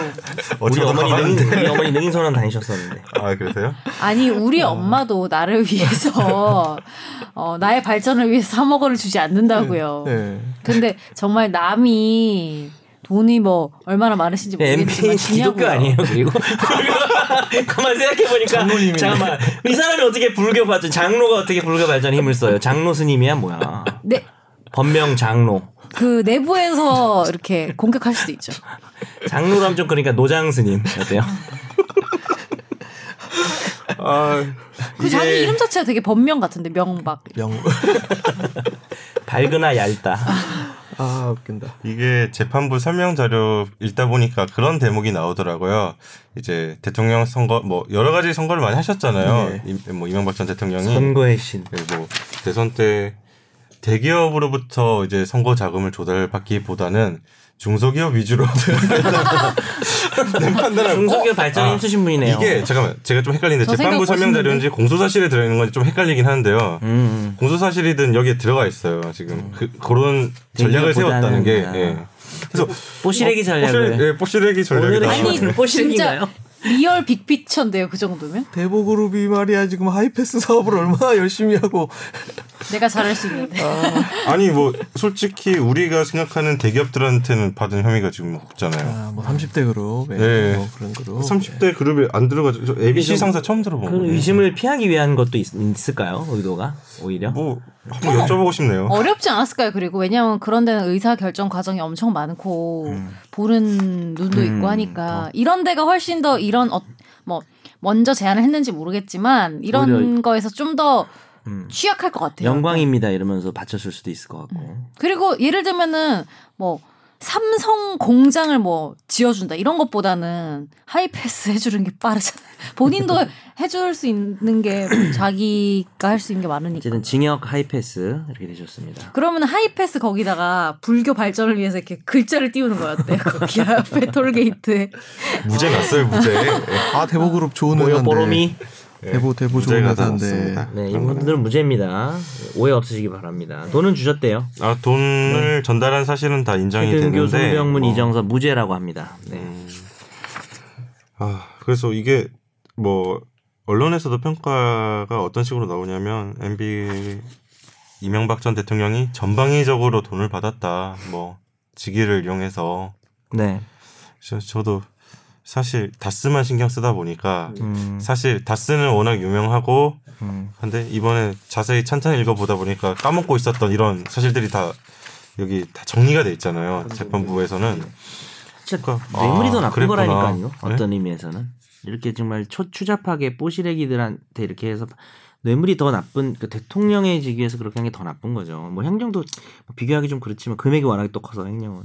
S2: 우리
S1: 어디로
S2: 어머니
S1: 가봤는데.
S2: 능인 우리 어머니 능인선언 다니셨었는데.
S1: 아
S2: (laughs)
S1: 그러세요?
S3: 아니
S4: 어.
S3: 우리 엄마도 나를 위해서 어, 나의 발전을 위해서 3억 원을 주지 않는다고요.
S4: 네.
S3: 근데 정말 남이 돈이 뭐 얼마나 많으신지 모르겠지만
S2: MBN 기독교
S3: 주냐고요.
S2: 아니에요
S1: (laughs)
S2: 그리고 가만 생각해 보니까 잠깐만 이 사람이 어떻게 불교 발전 장로가 어떻게 불교 발전 에 힘을 써요 장로 스님이야 뭐야
S3: 네,
S2: 법명 장로
S3: 그 내부에서 이렇게 공격할 수도 있죠.
S2: 장로라면 좀 그러니까 노장 스님 어때요
S1: 아,
S3: 그 자기 이름 자체가 되게 법명 같은데 명박.
S4: 명.
S2: 밝으나 얇다
S4: 아 웃긴다.
S1: 이게 재판부 설명 자료 읽다 보니까 그런 대목이 나오더라고요. 이제 대통령 선거 뭐 여러 가지 선거를 많이 하셨잖아요. 이, 뭐 이명박 전 대통령이
S2: 네. 선거의 신
S1: 네, 뭐 대선 때 대기업으로부터 이제 선거 자금을 조달받기보다는 중소기업
S2: (laughs)
S1: 위주로
S2: 중소기업 발전 에
S1: 아,
S2: 힘쓰신
S1: (laughs)
S2: 분이네요
S1: 이게 잠깐만 제가 좀 헷갈리는데
S3: 저
S1: 재판부
S3: 생각
S1: 설명 자료인지 공소사실에 들어있는 건지 좀 헷갈리긴 하는데요.
S2: 음,
S1: 공소사실이든 여기에 들어가 있어요. 지금 그, 그런 전략을 세웠다는 게.
S2: 대기업보다는-
S1: 예. 그래서
S2: 뽀시래기 전략을
S1: 뽀시래- 예, 뽀시래기 전략이다.
S2: 오늘은
S3: 아니
S2: 네.
S3: 진짜
S2: 뽀시기인가요?
S3: 리얼 빅피처인데요 그 정도면
S4: 대보그룹이 말이야 지금 하이패스 사업을 얼마나 열심히 하고
S3: 내가 잘할 수 있는데.
S1: 아니 뭐 솔직히 우리가 생각하는 대기업들한테는 받은 혐의가 지금 없잖아요.
S4: 아뭐 30대 그룹, 예,
S1: 네.
S4: 뭐 그런 그룹.
S1: 30대 그룹에 안 들어가죠. 저 ABC 상사 처음 들어본
S2: 네. 그
S1: 거예요.
S2: 의심을 피하기 위한 것도 있, 을까요 의도가 오히려
S1: 뭐 한번 여쭤보고 싶네요.
S3: 어렵지 않았을까요? 그리고 왜냐하면 그런 데는 의사 결정 과정이 엄청 많고
S2: 음.
S3: 보는 눈도 있고 하니까 이런 데가 훨씬 더 이런 어, 뭐 먼저 제안을 했는지 모르겠지만 이런
S2: 오히려-
S3: 거에서 좀 더
S2: 음.
S3: 취약할 것 같아요.
S2: 영광입니다 이러면서 받쳤을 수도 있을 것 같고
S3: 그리고 예를 들면은 뭐 삼성 공장을 뭐 지어준다 이런 것보다는 하이패스 해주는 게 빠르잖아요.
S2: (laughs)
S3: 본인도 해줄 수 있는 게 자기가 할 수 있는 게 많으니까.
S2: 어쨌든 징역 하이패스 이렇게 되셨습니다.
S3: 그러면 하이패스 거기다가 불교 발전을 위해서 이렇게 글자를 띄우는
S4: (laughs)
S3: 거였대요. 거기 앞에 톨게이트에.
S1: 무죄 났어요 무죄.
S2: 네.
S4: 아 대보그룹 좋은
S1: 뭐,
S2: 모여
S4: 회사인데.
S2: 보름이
S4: 대보 대보 좋은
S1: 무죄가
S4: 회사인데.
S1: 났습니다.
S2: 네 이분들은 무죄입니다. 오해 없으시기 바랍니다. 돈은 주셨대요.
S1: 아 돈을 전달한 사실은 다 인정이
S2: 네. 최근교
S1: 되는데.
S2: 손병문
S1: 뭐,
S2: 이정섭 무죄라고 합니다. 네.
S1: 아 그래서 이게 뭐 언론에서도 평가가 어떤 식으로 나오냐면 MB 이명박 전 대통령이 전방위적으로 돈을 받았다. 뭐 직위를 이용해서
S2: 네.
S1: 저, 저도 사실 다스만 신경 쓰다 보니까
S2: 음.
S1: 사실 다스는 워낙 유명하고
S2: 음.
S1: 근데 이번에 자세히 찬찬히 읽어보다 보니까 까먹고 있었던 이런 사실들이 다 여기 다 정리가 돼 있잖아요. 재판부에서는
S2: 진짜
S1: 그러니까-
S2: 뇌물이 더
S1: 아,
S2: 나쁜
S1: 그랬구나.
S2: 거라니까요.
S1: 네?
S2: 어떤 의미에서는 이렇게 정말 초추잡하게 뽀시래기들한테 이렇게 해서 뇌물이 더 나쁜 그 대통령의 직위에서 그렇게 한 게 더 나쁜 거죠. 뭐 행정도 비교하기 좀 그렇지만 금액이 워낙에 또 커서 행정은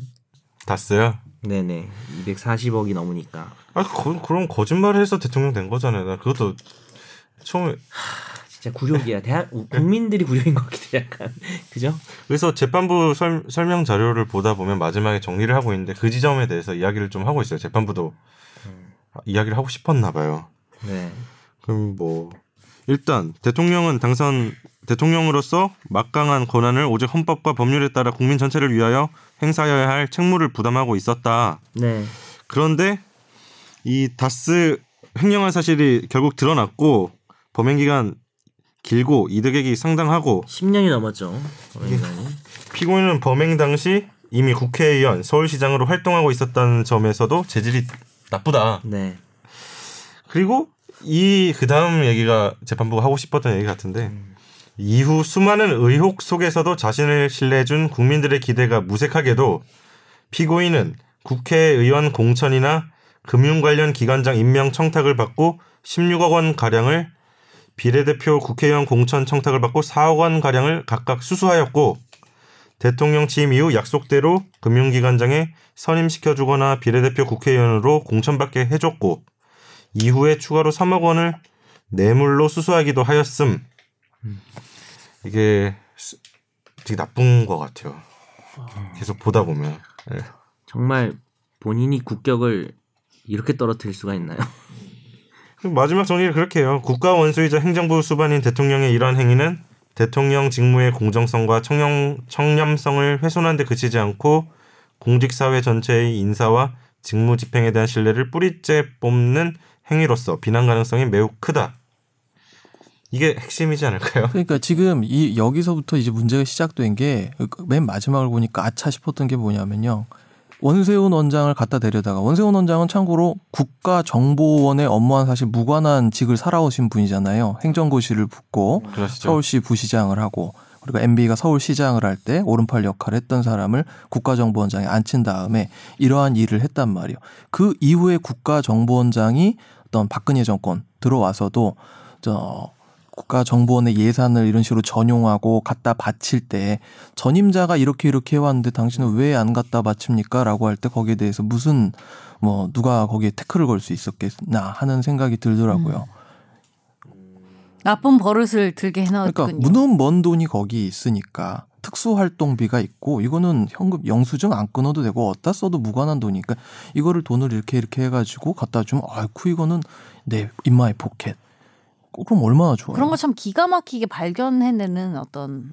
S1: 다스요.
S2: 네네 240억이 넘으니까
S1: 아 그, 그럼 거짓말을 해서 대통령 된 거잖아요. 나 그것도 처음에
S2: 진짜 굴욕이야. 대한 우- 국민들이 굴욕인 것 같아 약간 (laughs) 그죠?
S1: 그래서 재판부 설, 설명 자료를 보다 보면 마지막에 정리를 하고 있는데 그 지점에 대해서 이야기를 좀 하고 있어요. 재판부도 아, 이야기를 하고 싶었나 봐요.
S2: 네.
S1: 그럼 뭐 일단 대통령은 당선 대통령으로서 막강한 권한을 오직 헌법과 법률에 따라 국민 전체를 위하여 행사해야 할 책무를 부담하고 있었다.
S2: 네.
S1: 그런데 이 다스 횡령한 사실이 결국 드러났고 범행 기간 길고 이득액이 상당하고
S2: 10년이 넘었죠. 어린이날이.
S1: 피고인은 범행 당시 이미 국회의원, 서울시장으로 활동하고 있었다는 점에서도 재질이 나쁘다.
S2: 네.
S1: 그리고 이 그다음 얘기가 재판부가 하고 싶었던 얘기 같은데 이후 수많은 의혹 속에서도 자신을 신뢰해준 국민들의 기대가 무색하게도 피고인은 국회의원 공천이나 금융 관련 기관장 임명 청탁을 받고 16억 원 가량을 비례대표 국회의원 공천 청탁을 받고 4억 원 가량을 각각 수수하였고 대통령 취임 이후 약속대로 금융기관장에 선임시켜주거나 비례대표 국회의원으로 공천받게 해줬고 이후에 추가로 3억 원을 뇌물로 수수하기도 하였음. 이게 스- 되게 나쁜 것 같아요. 계속 보다 보면. 예.
S2: 정말 본인이 국격을 이렇게 떨어뜨릴 수가 있나요?
S1: 그럼 마지막 정리를 그렇게 해요. 국가 원수이자 행정부 수반인 대통령의 이러한 행위는 대통령 직무의 공정성과 청렴, 청렴성을 훼손한 데 그치지 않고 공직사회 전체의 인사와 직무 집행에 대한 신뢰를 뿌리째 뽑는 행위로서 비난 가능성이 매우 크다. 이게 핵심이지 않을까요?
S4: 그러니까 지금 이 여기서부터 이제 문제가 시작된 게 맨 마지막을 보니까 아차 싶었던 게 뭐냐면요. 원세훈 원장을 갖다 데려다가 원세훈 원장은 참고로 국가정보원의 업무와 사실 무관한 직을 살아오신 분이잖아요. 행정고시를 붙고
S1: 그러시죠.
S4: 서울시 부시장을 하고 그리고 MB가 서울시장을 할 때 오른팔 역할을 했던 사람을 국가정보원장에 앉힌 다음에 이러한 일을 했단 말이에요. 그 이후에 국가정보원장이 어떤 박근혜 정권 들어와서도 저 국가정보원의 예산을 이런 식으로 전용하고 갖다 바칠 때 전임자가 이렇게 이렇게 해왔는데 당신은 왜 안 갖다 바칩니까? 라고 할 때 거기에 대해서 무슨 뭐 누가 거기에 태클을 걸 수 있었겠나 하는 생각이 들더라고요.
S3: 나쁜 버릇을 들게 해놨군요.
S4: 그러니까 무는 먼 돈이 거기 있으니까 특수활동비가 있고 이거는 현금 영수증 안 끊어도 되고 어디다 써도 무관한 돈이니까 이거를 돈을 이렇게 이렇게 해가지고 갖다 주면 아이쿠 이거는 내 인마의 포켓 어, 그럼 얼마나 좋아요
S3: 그런 거 참 기가 막히게 발견해내는 어떤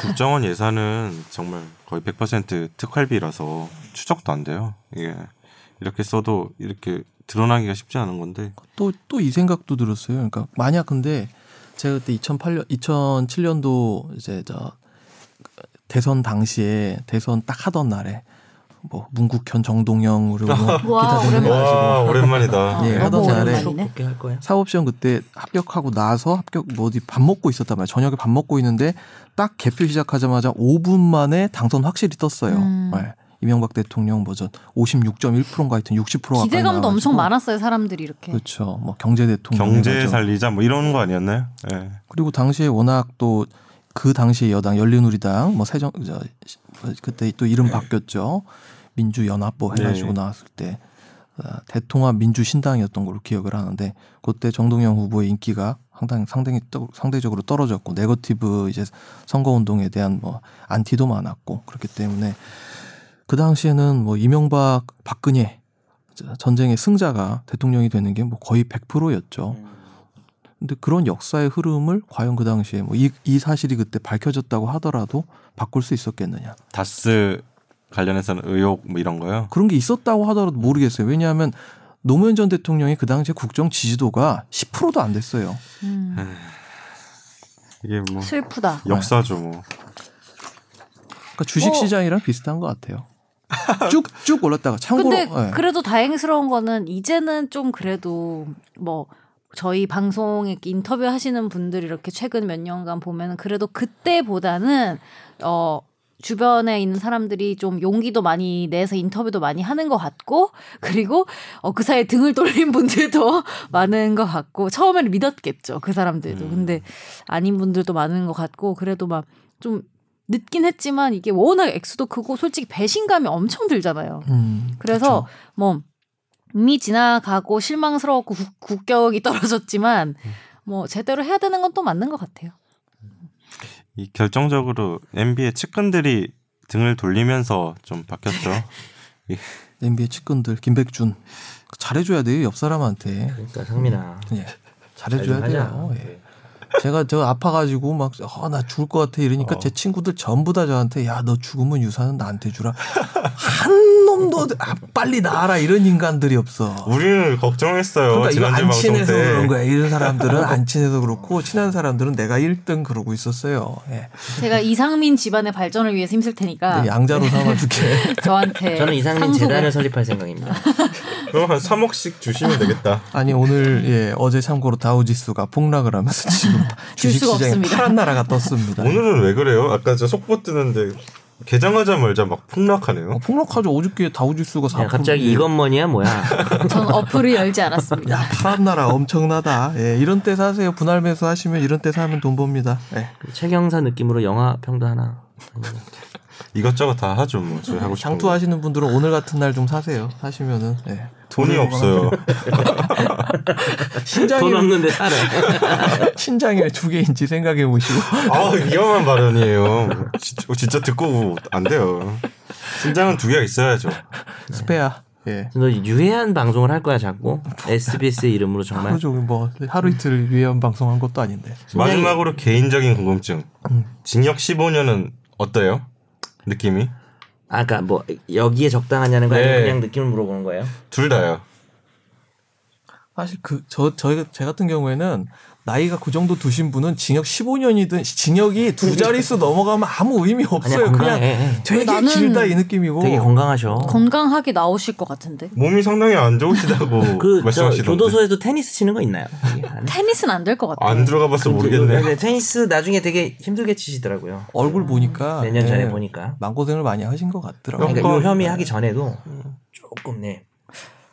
S1: 국정원 예산은 정말 거의 100% 특활비라서 추적도 안 돼요. 이게 이렇게 써도 이렇게 드러나기가 쉽지 않은 건데
S4: 또 또 이 생각도 들었어요. 그러니까 만약 근데 제가 그때 2008년 2007년도 이제 저 대선 당시에 대선 딱 하던 날에 뭐 문국현 정동영으로 뭐
S3: (laughs)
S4: 기타 등등
S3: 오랜만이다.
S1: 와
S4: 해가지고
S1: 오랜만이다.
S4: 예,
S1: 예.
S4: 하던
S3: 너무
S4: 날에
S3: 오랜만이네.
S2: 어떻게 할 거야?
S4: 사법시험 그때 합격하고 나서 합격 뭐 어디 밥 먹고 있었단 말이에요. 저녁에 밥 먹고 있는데 딱 개표 시작하자마자 5분 만에 당선 확실히 떴어요.
S3: 음.
S4: 네. 이명박 대통령 뭐저 56.1%인가 하여튼 60% 가까이
S3: 기대감도 엄청
S4: 나와가지고.
S3: 많았어요 사람들이 이렇게.
S4: 그렇죠. 뭐 경제 대통령
S1: 경제 살리자 뭐 이런 거 아니었나요? 예.
S4: 그리고 당시에 워낙 또 그 당시에 여당 열린우리당 뭐 세정 저, 그때 또 이름 바뀌었죠 민주연합보
S1: 네.
S4: 해가지고 나왔을 때 어, 대통합 민주신당이었던 걸로 기억을 하는데 그때 정동영 후보의 인기가 상당 상당히 떠- 상대적으로 떨어졌고 네거티브 이제 선거운동에 대한 뭐 안티도 많았고 그렇기 때문에 그 당시에는 뭐 이명박 박근혜 전쟁의 승자가 대통령이 되는 게 뭐 거의
S2: 음.
S4: 100%였죠. 근데 그런 역사의 흐름을 과연 그 당시에 뭐 이 이 사실이 그때 밝혀졌다고 하더라도 바꿀 수 있었겠느냐
S1: 다스 관련해서는 의혹 뭐 이런 거요.
S4: 그런 게 있었다고 하더라도 모르겠어요 왜냐하면 노무현 전 대통령이 그 당시에 국정 지지도가 10%도 안 됐어요
S3: 음,
S4: 네.
S1: 이게 뭐
S3: 슬프다.
S1: 역사죠 뭐.
S3: 어.
S4: 그러니까 주식 시장이랑 비슷한 것 같아요 쭉쭉 올랐다가 참고로
S3: 근데
S4: 예.
S3: 그래도 다행스러운 거는 이제는 좀 그래도 뭐 저희 방송에 인터뷰 하시는 분들 이렇게 최근 몇 년간 보면은 그래도 그때보다는 어 주변에 있는 사람들이 좀 용기도 많이 내서 인터뷰도 많이 하는 것 같고 그리고 어 그 사이에 등을 돌린 분들도 (laughs) 많은 것 같고 처음에는 믿었겠죠 그 사람들도
S1: 음.
S3: 근데 아닌 분들도 많은 것 같고 그래도 막 좀 늦긴 했지만 이게 워낙 액수도 크고 솔직히 배신감이 엄청 들잖아요.
S4: 음,
S3: 그래서 뭐 이미 지나가고 실망스러웠고 국, 국격이 떨어졌지만
S2: 음.
S3: 뭐 제대로 해야 되는 건 또 맞는 것 같아요.
S1: 이 결정적으로 NBA의 측근들이 등을 돌리면서 좀 바뀌었죠.
S4: 그렇죠. NBA 측근들 김백준 잘해줘야 돼요 옆 사람한테
S2: 그러니까 상민아.
S4: 예. 잘해줘야
S2: 잘좀 하자.
S4: 돼요. 예. 제가 저 아파가지고 막 어 나 죽을 것 같아
S1: 어.
S4: 이러니까 제 친구들 전부 다 저한테 야 너 죽으면 유산은
S1: (laughs)
S4: 나한테 주라 한 놈도 아, 빨리 나아라 이런 인간들이 없어.
S1: 우리는 걱정했어요.
S4: 그러니까 이거
S1: 지난주
S4: 안
S1: 방송 때.
S4: 친해서 그런 거야. 이런
S1: (laughs)
S4: 사람들은 안 친해서 그렇고 친한 사람들은 내가 1등 그러고 있었어요. 예.
S3: 제가 이상민 집안의 발전을 위해서 힘쓸 테니까 (laughs)
S4: 내 양자로 삼아줄게.
S3: 저한테
S2: 네, (laughs) 저는 이상민
S3: 상속을-
S2: 재단을 설립할
S3: (laughs)
S2: 생각입니다.
S1: 그럼 한 3억씩 주시면 되겠다.
S4: 아니 오늘 예 어제 참고로 다우지수가 폭락을 하면서 지금
S3: 줄 수가
S4: 주식시장에
S3: 없습니다.
S4: 파란 나라가 떴습니다.
S1: 오늘은 왜 그래요? 아까 저 속보 뜨는데 개장하자마자 막 폭락하네요.
S4: 어, 폭락하죠. 오죽기에 다우지수가 4%
S2: 야,
S4: 아,
S2: 갑자기 이건 뭐냐 뭐야. (laughs)
S3: 전 어플을 열지 않았습니다.
S4: 야 파란 나라 엄청나다. 예 이런 때 사세요. 분할 매수 하시면 이런 때 사면 돈 법니다. 예.
S2: 그 (laughs) 최경사 느낌으로 영화 평도 하나.
S1: 이것저것 다 하죠 뭐. 저희 하고 싶은
S4: 장투
S1: 거.
S4: 하시는 분들은 오늘 같은 날 좀 사세요. 사시면은 예. (laughs)
S1: 돈이 없어요.
S2: 돈
S4: 신장이
S2: 없는데
S4: (laughs)
S2: 살아.
S4: 신장이 두 개인지 생각해 보시고
S1: 아 위험한 발언이에요. 진짜, 진짜 듣고 안 돼요. 신장은 두 개가 있어야죠.
S2: 네.
S4: 스페아 예.
S2: (laughs) 너 유해한 방송을 할 거야 자꾸. SBS 의 이름으로 정말.
S4: 하루 종일 뭐 하루 이틀 위험 방송한 것도 아닌데
S1: 마지막으로 개인적인 궁금증.
S2: 음.
S1: 징역 15년은 어때요? 느낌이?
S2: 아까 뭐 여기에 적당하냐는 거 아니면
S1: 네.
S2: 그냥 느낌을 물어보는 거예요?
S1: 둘 다요.
S4: 사실 그 저 저희 제 같은 경우에는 나이가 그 정도 두신 분은 징역 15년이든 징역이 두 자릿수 넘어가면 아무 의미 없어요.
S2: 건강해. 예,
S4: 그냥 어. 되게
S3: 나는
S4: 길다 이 느낌이고
S2: 되게 건강하셔.
S3: 건강하게 나오실 것 같은데
S1: 몸이 상당히 안 좋으시다고
S2: (laughs) 그 저
S1: 말씀하시던데.
S2: 교도소에도 테니스 치는 거 있나요? 여기 안에?
S3: 테니스는 안 될 것 같아요.
S1: 안 들어가봐서 모르겠네.
S2: 네, 테니스 나중에 되게 힘들게 치시더라고요.
S4: 얼굴 보니까
S2: 몇년 전에
S4: 예,
S2: 보니까.
S4: 마음고생을 많이 하신 것 같더라고요.
S2: 그러니까
S1: 그러니까-
S2: 요혐의 하기 전에도 조금 네.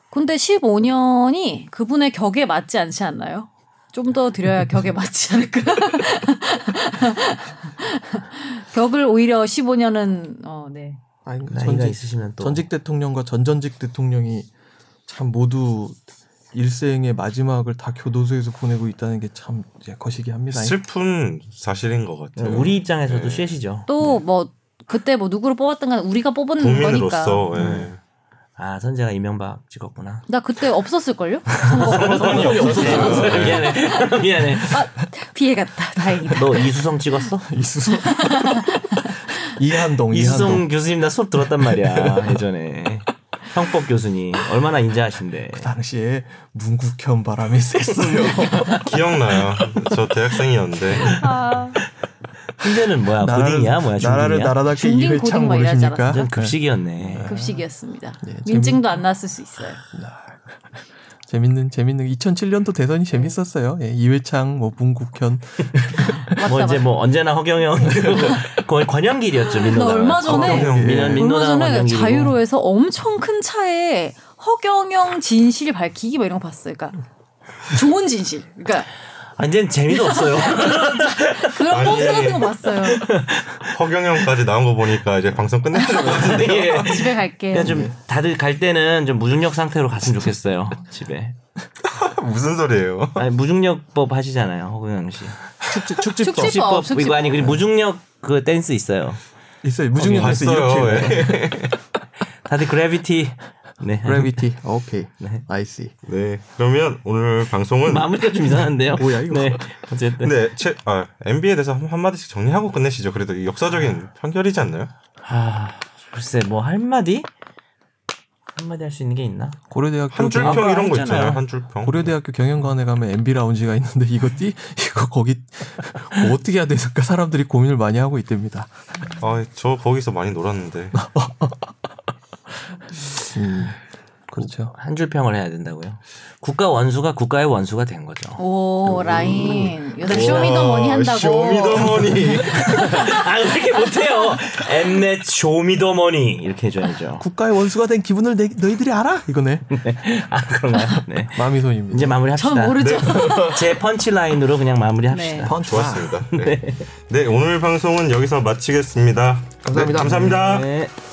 S3: 근데 15년이 그분의 격에 맞지 않지 않나요? 좀 더 드려야 격에 맞지 않을까? (laughs) 격을 오히려 15년은 어, 네.
S4: 아니, 그
S2: 나이가
S4: 전직-
S2: 있으시면 또
S4: 전직 대통령과 전전직 대통령이 참 모두 일생의 마지막을 다 교도소에서 보내고 있다는 게 참 거시기 합니다.
S1: 슬픈 사실인 것 같아요.
S2: 우리 입장에서도 쉐시죠.
S3: 또 뭐 그때 뭐 누구를 뽑았던 간 우리가 뽑은 거니까.
S1: 국민으로서 예.
S2: 그러니까. 아 선재가 이명박 (laughs) 찍었구나.
S3: 나 그때 없었을 걸요?
S2: 어, 미안해. (laughs) 미안해.
S3: 아, 피해갔다. 다행이다.
S2: 너 이수성 찍었어? 뭐
S4: 이수성 이한동 이한동
S2: 이수성 교수님 나 수업 들었단 (laughs) 말이야 예전에 형법 교수님 얼마나 인자하신데.
S4: 그 당시에 문국현 바람이 셌어요. (laughs)
S1: 기억나요. 저 대학생이었는데
S3: 아,
S2: 현재는 뭐야 고딩이야 뭐야
S4: 나라를
S2: 중딩이야?
S4: 날아다니기
S3: 중딩
S4: 일창
S3: 고등 막 이러지
S4: 모르십니까?
S3: 않았어요?
S2: 완전 네. 급식이었네.
S3: 급식이었습니다.
S4: 네,
S3: 민증도 안 났을 수 있어요.
S4: 재밌는 재밌는 2007년도 대선이
S3: 네.
S4: 재밌었어요. 예, 이회창, 뭐 문국현
S3: 맞다.
S2: 뭐 이제
S3: 맞다.
S2: 뭐 언제나 허경영 (laughs) 거의 권영길이었죠
S3: 나
S2: 민노당.
S3: 얼마 전에
S1: 허경영.
S2: 민노
S3: 얼마
S2: 민노당
S3: 전에
S2: 권영길.
S3: 자유로에서 엄청 큰 차에 허경영 진실 밝히기 막 이런 거 봤어요. 그러니까 좋은 진실. 그러니까
S2: 완전 아, 재미도 없어요. (laughs)
S3: 그런
S1: 아니.
S3: 버스 같은 거 봤어요.
S1: 허경영까지 나온 거 보니까 이제 방송 끝났것 같은데. (laughs)
S2: 예.
S3: 집에 갈게.
S2: 그냥
S4: 예.
S2: 좀 다들 갈 때는 좀 무중력 상태로 갔으면
S4: (laughs)
S2: 좋겠어요 집에.
S1: 무슨 소리예요?
S2: 아니 무중력법 하시잖아요 허경영 씨.
S4: 축제 축제법
S3: 축제- 축지법, 축지법.
S2: 이거 아니 그리고 무중력 그 댄스 있어요.
S4: 있어요. 그 네. 무중력 댄스
S1: 봤어요.
S4: 이렇게
S1: 예.
S2: 다들 그래비티. 네.
S4: 그래비티 (laughs) 오케이
S2: 네.
S4: 아이씨
S1: 네. 그러면 오늘 방송은
S2: (laughs) 마무리가 좀 이상한데요.
S4: 뭐야, 이거.
S2: 네. 어쨌든
S1: 근데 최, 아, NBA에 대해서 한, 한마디씩 정리하고 끝내시죠. 그래도 이 역사적인 판결이지 않나요?
S2: 아 글쎄 뭐 한마디 한마디 할 수 있는 게 있나?
S4: 고려대학교
S1: 한 줄평
S4: 경영-
S1: 이런 거
S2: 했잖아요.
S1: 있잖아요. 한 줄평.
S4: 어? 고려대학교 경영관에 가면 MB 라운지가 있는데 이거 띠 (laughs) 이거 거기 뭐 어떻게 해야 되니까 사람들이 고민을 많이 하고 있답니다.
S1: 아, 저 거기서 많이 놀았는데.
S4: 음, 그렇죠.
S2: 한 줄평을 해야 된다고요. 국가 원수가 국가의 원수가 된
S4: (laughs)
S2: 거죠.
S3: 오 라인 요새 그 쇼미더머니 한다고
S1: 쇼미더머니.
S2: 아, 이렇게 못해요. 엠넷 쇼미더머니 이렇게 해줘야죠.
S4: 국가의 원수가 된 기분을 내- 너희들이 알아? (laughs) 이거네.
S2: 아 그런가요? 네.
S4: 마미손입니다.
S2: 이제 마무리합시다.
S3: 전 모르죠
S2: 제 펀치 라인으로 그냥 마무리합시다.
S3: 네.
S4: 펀치. (laughs)
S1: 좋았습니다. 네. 네, 오늘 방송은 여기서 마치겠습니다.
S4: 감사합니다.
S1: 네, 감사합니다.
S2: 네.